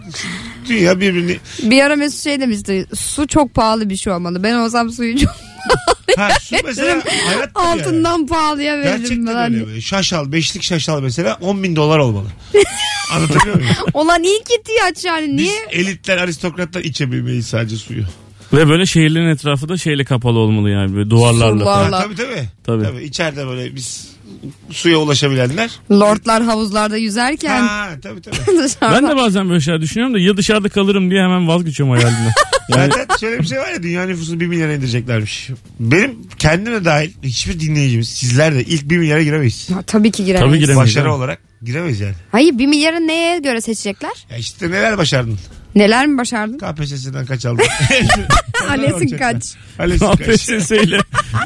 [SPEAKER 2] Dünya birbirini...
[SPEAKER 3] Bir ara Mesut şey demişti su çok pahalı bir şey olmalı. Ben olsam suyu çok
[SPEAKER 2] Ha su mesela hayat
[SPEAKER 3] altından pahalıya veririm.
[SPEAKER 2] Gerçekten
[SPEAKER 3] Ben.
[SPEAKER 2] öyle. böyle. Şaşal, beşlik şaşal mesela 10 bin dolar olmalı. Anlatabiliyor muyum?
[SPEAKER 3] Olan ilk ihtiyaç yani
[SPEAKER 2] Biz
[SPEAKER 3] niye?
[SPEAKER 2] elitler, aristokratlar içebilmeyiz sadece suyu.
[SPEAKER 4] Ve böyle şehirlerin etrafı da şeyle kapalı olmalı yani böyle duvarlarla.
[SPEAKER 3] Surlar.
[SPEAKER 4] falan.
[SPEAKER 2] Ha,
[SPEAKER 3] Vallahi.
[SPEAKER 2] tabii tabii.
[SPEAKER 4] Tabii.
[SPEAKER 2] Tabii içeride böyle biz suya ulaşabilenler.
[SPEAKER 3] Lordlar havuzlarda yüzerken
[SPEAKER 2] Ha tabii tabii.
[SPEAKER 3] dışarıda.
[SPEAKER 4] Ben de bazen böyle şeyler düşünüyorum da ya dışarıda kalırım diye hemen vazgeçiyorum hayalimden.
[SPEAKER 2] Zaten şöyle bir şey var ya dünya nüfusunu 1 milyara indireceklermiş. Benim kendime dahil hiçbir dinleyicimiz sizler de ilk 1 milyara giremeyiz.
[SPEAKER 3] Ha, tabii ki giremeyiz.
[SPEAKER 4] Tabii giremeyiz.
[SPEAKER 2] Başarı
[SPEAKER 4] abi.
[SPEAKER 2] olarak giremeyiz yani.
[SPEAKER 3] Hayır bir milyarı neye göre seçecekler?
[SPEAKER 2] Ya işte neler başardın?
[SPEAKER 3] Neler mi başardın?
[SPEAKER 2] KPSS'den kaç aldın?
[SPEAKER 3] Alesin kaç.
[SPEAKER 2] Alesin kaç?
[SPEAKER 4] KPSS ile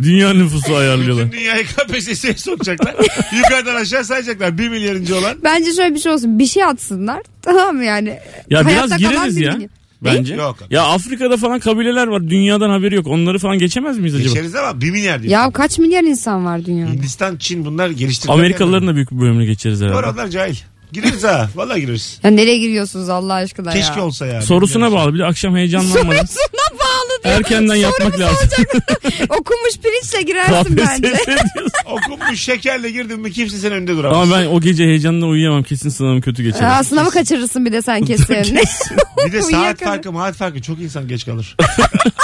[SPEAKER 4] dünya nüfusu ayarlıyorlar.
[SPEAKER 2] Bütün dünyayı KPSS'ye sokacaklar. Yukarıdan aşağı sayacaklar. 1 milyarıncı olan.
[SPEAKER 3] Bence şöyle bir şey olsun. Bir şey atsınlar. Tamam mı yani?
[SPEAKER 4] Ya
[SPEAKER 3] Hayatta
[SPEAKER 4] biraz
[SPEAKER 3] kalan
[SPEAKER 4] gireriz
[SPEAKER 3] bir
[SPEAKER 4] ya.
[SPEAKER 3] milyon.
[SPEAKER 4] Bence.
[SPEAKER 2] Yok.
[SPEAKER 4] Ya Afrika'da falan kabileler var. Dünyadan haberi yok. Onları falan geçemez miyiz acaba?
[SPEAKER 2] Geçeriz ama 1 milyar diyor.
[SPEAKER 3] Ya kaç milyar insan var dünyada?
[SPEAKER 2] Hindistan, Çin bunlar geliştirdiler.
[SPEAKER 4] Amerikalıların da büyük bir bölümünü geçeriz
[SPEAKER 2] yani. Doğru
[SPEAKER 4] herhalde.
[SPEAKER 2] onlar cahil. Gireriz ha. Valla gireriz.
[SPEAKER 3] Ya nereye giriyorsunuz Allah aşkına ya?
[SPEAKER 2] Keşke olsa ya.
[SPEAKER 4] Sorusuna
[SPEAKER 2] Bilmiyorum.
[SPEAKER 4] bağlı. Bir de akşam heyecanlanmadan
[SPEAKER 3] Sorusuna bağlı diyor.
[SPEAKER 4] erkenden yatmak lazım.
[SPEAKER 3] Okumuş pirinçle girersin bence.
[SPEAKER 4] KPSS diyorsun.
[SPEAKER 2] Okunmuş şekerle girdin mi kimse senin önünde duramaz.
[SPEAKER 4] Ama ben o gece heyecanla uyuyamam. Kesin sınavım kötü geçer.
[SPEAKER 3] Ya, sınavı kaçırırsın bir de sen kesin.
[SPEAKER 2] Bir de saat
[SPEAKER 3] Uyuyakalır.
[SPEAKER 2] farkı maat farkı çok insan geç kalır.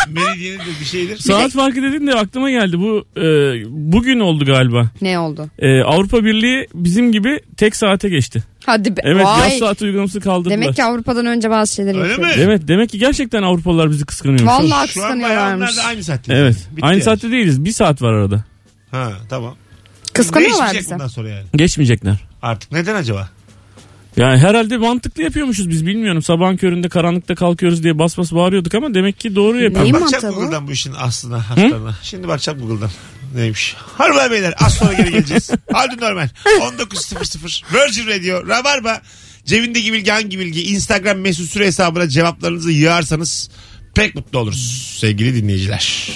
[SPEAKER 2] Meridyeni de bir şeydir.
[SPEAKER 4] Saat farkı dedin de aklıma geldi. Bu e, bugün oldu galiba.
[SPEAKER 3] ne oldu?
[SPEAKER 4] E, Avrupa Birliği bizim gibi tek saate geçti.
[SPEAKER 3] Hadi be.
[SPEAKER 4] Evet
[SPEAKER 3] Vay.
[SPEAKER 4] yaz saati uygulaması kaldırdılar.
[SPEAKER 3] Demek ki Avrupa'dan önce bazı şeyler
[SPEAKER 2] Öyle
[SPEAKER 3] yapıyor.
[SPEAKER 2] mi?
[SPEAKER 4] Evet demek ki gerçekten Avrupalılar bizi kıskanıyormuş.
[SPEAKER 3] Vallahi
[SPEAKER 2] Şu an bayağı onlar
[SPEAKER 3] kıskanıyorlarmış.
[SPEAKER 2] da aynı saatte.
[SPEAKER 4] Evet.
[SPEAKER 2] Bitti
[SPEAKER 4] Aynı
[SPEAKER 2] yani.
[SPEAKER 4] saatte değiliz. Bir saat var arada.
[SPEAKER 2] Ha tamam.
[SPEAKER 3] Kıskanıyorlar
[SPEAKER 2] Değişmeyecek
[SPEAKER 3] bizi.
[SPEAKER 2] bundan sonra yani.
[SPEAKER 4] Geçmeyecekler.
[SPEAKER 2] Artık neden acaba?
[SPEAKER 4] Yani herhalde mantıklı yapıyormuşuz biz bilmiyorum. Sabahın köründe karanlıkta kalkıyoruz diye bas bas bağırıyorduk ama demek ki doğru yapıyor.
[SPEAKER 3] Neyin
[SPEAKER 2] bakacağım
[SPEAKER 3] mantığı bu?
[SPEAKER 2] Google'dan bu işin aslına, aslarına. Şimdi bakacağım Google'dan. Neymiş? Hanımlar beyler az sonra geri geleceğiz. Haldun Normal. 19.00 Virgin Radio. Rabarba. Cebindeki bilgi hangi bilgi? Instagram mesut süre hesabına cevaplarınızı yığarsanız pek mutlu oluruz sevgili dinleyiciler.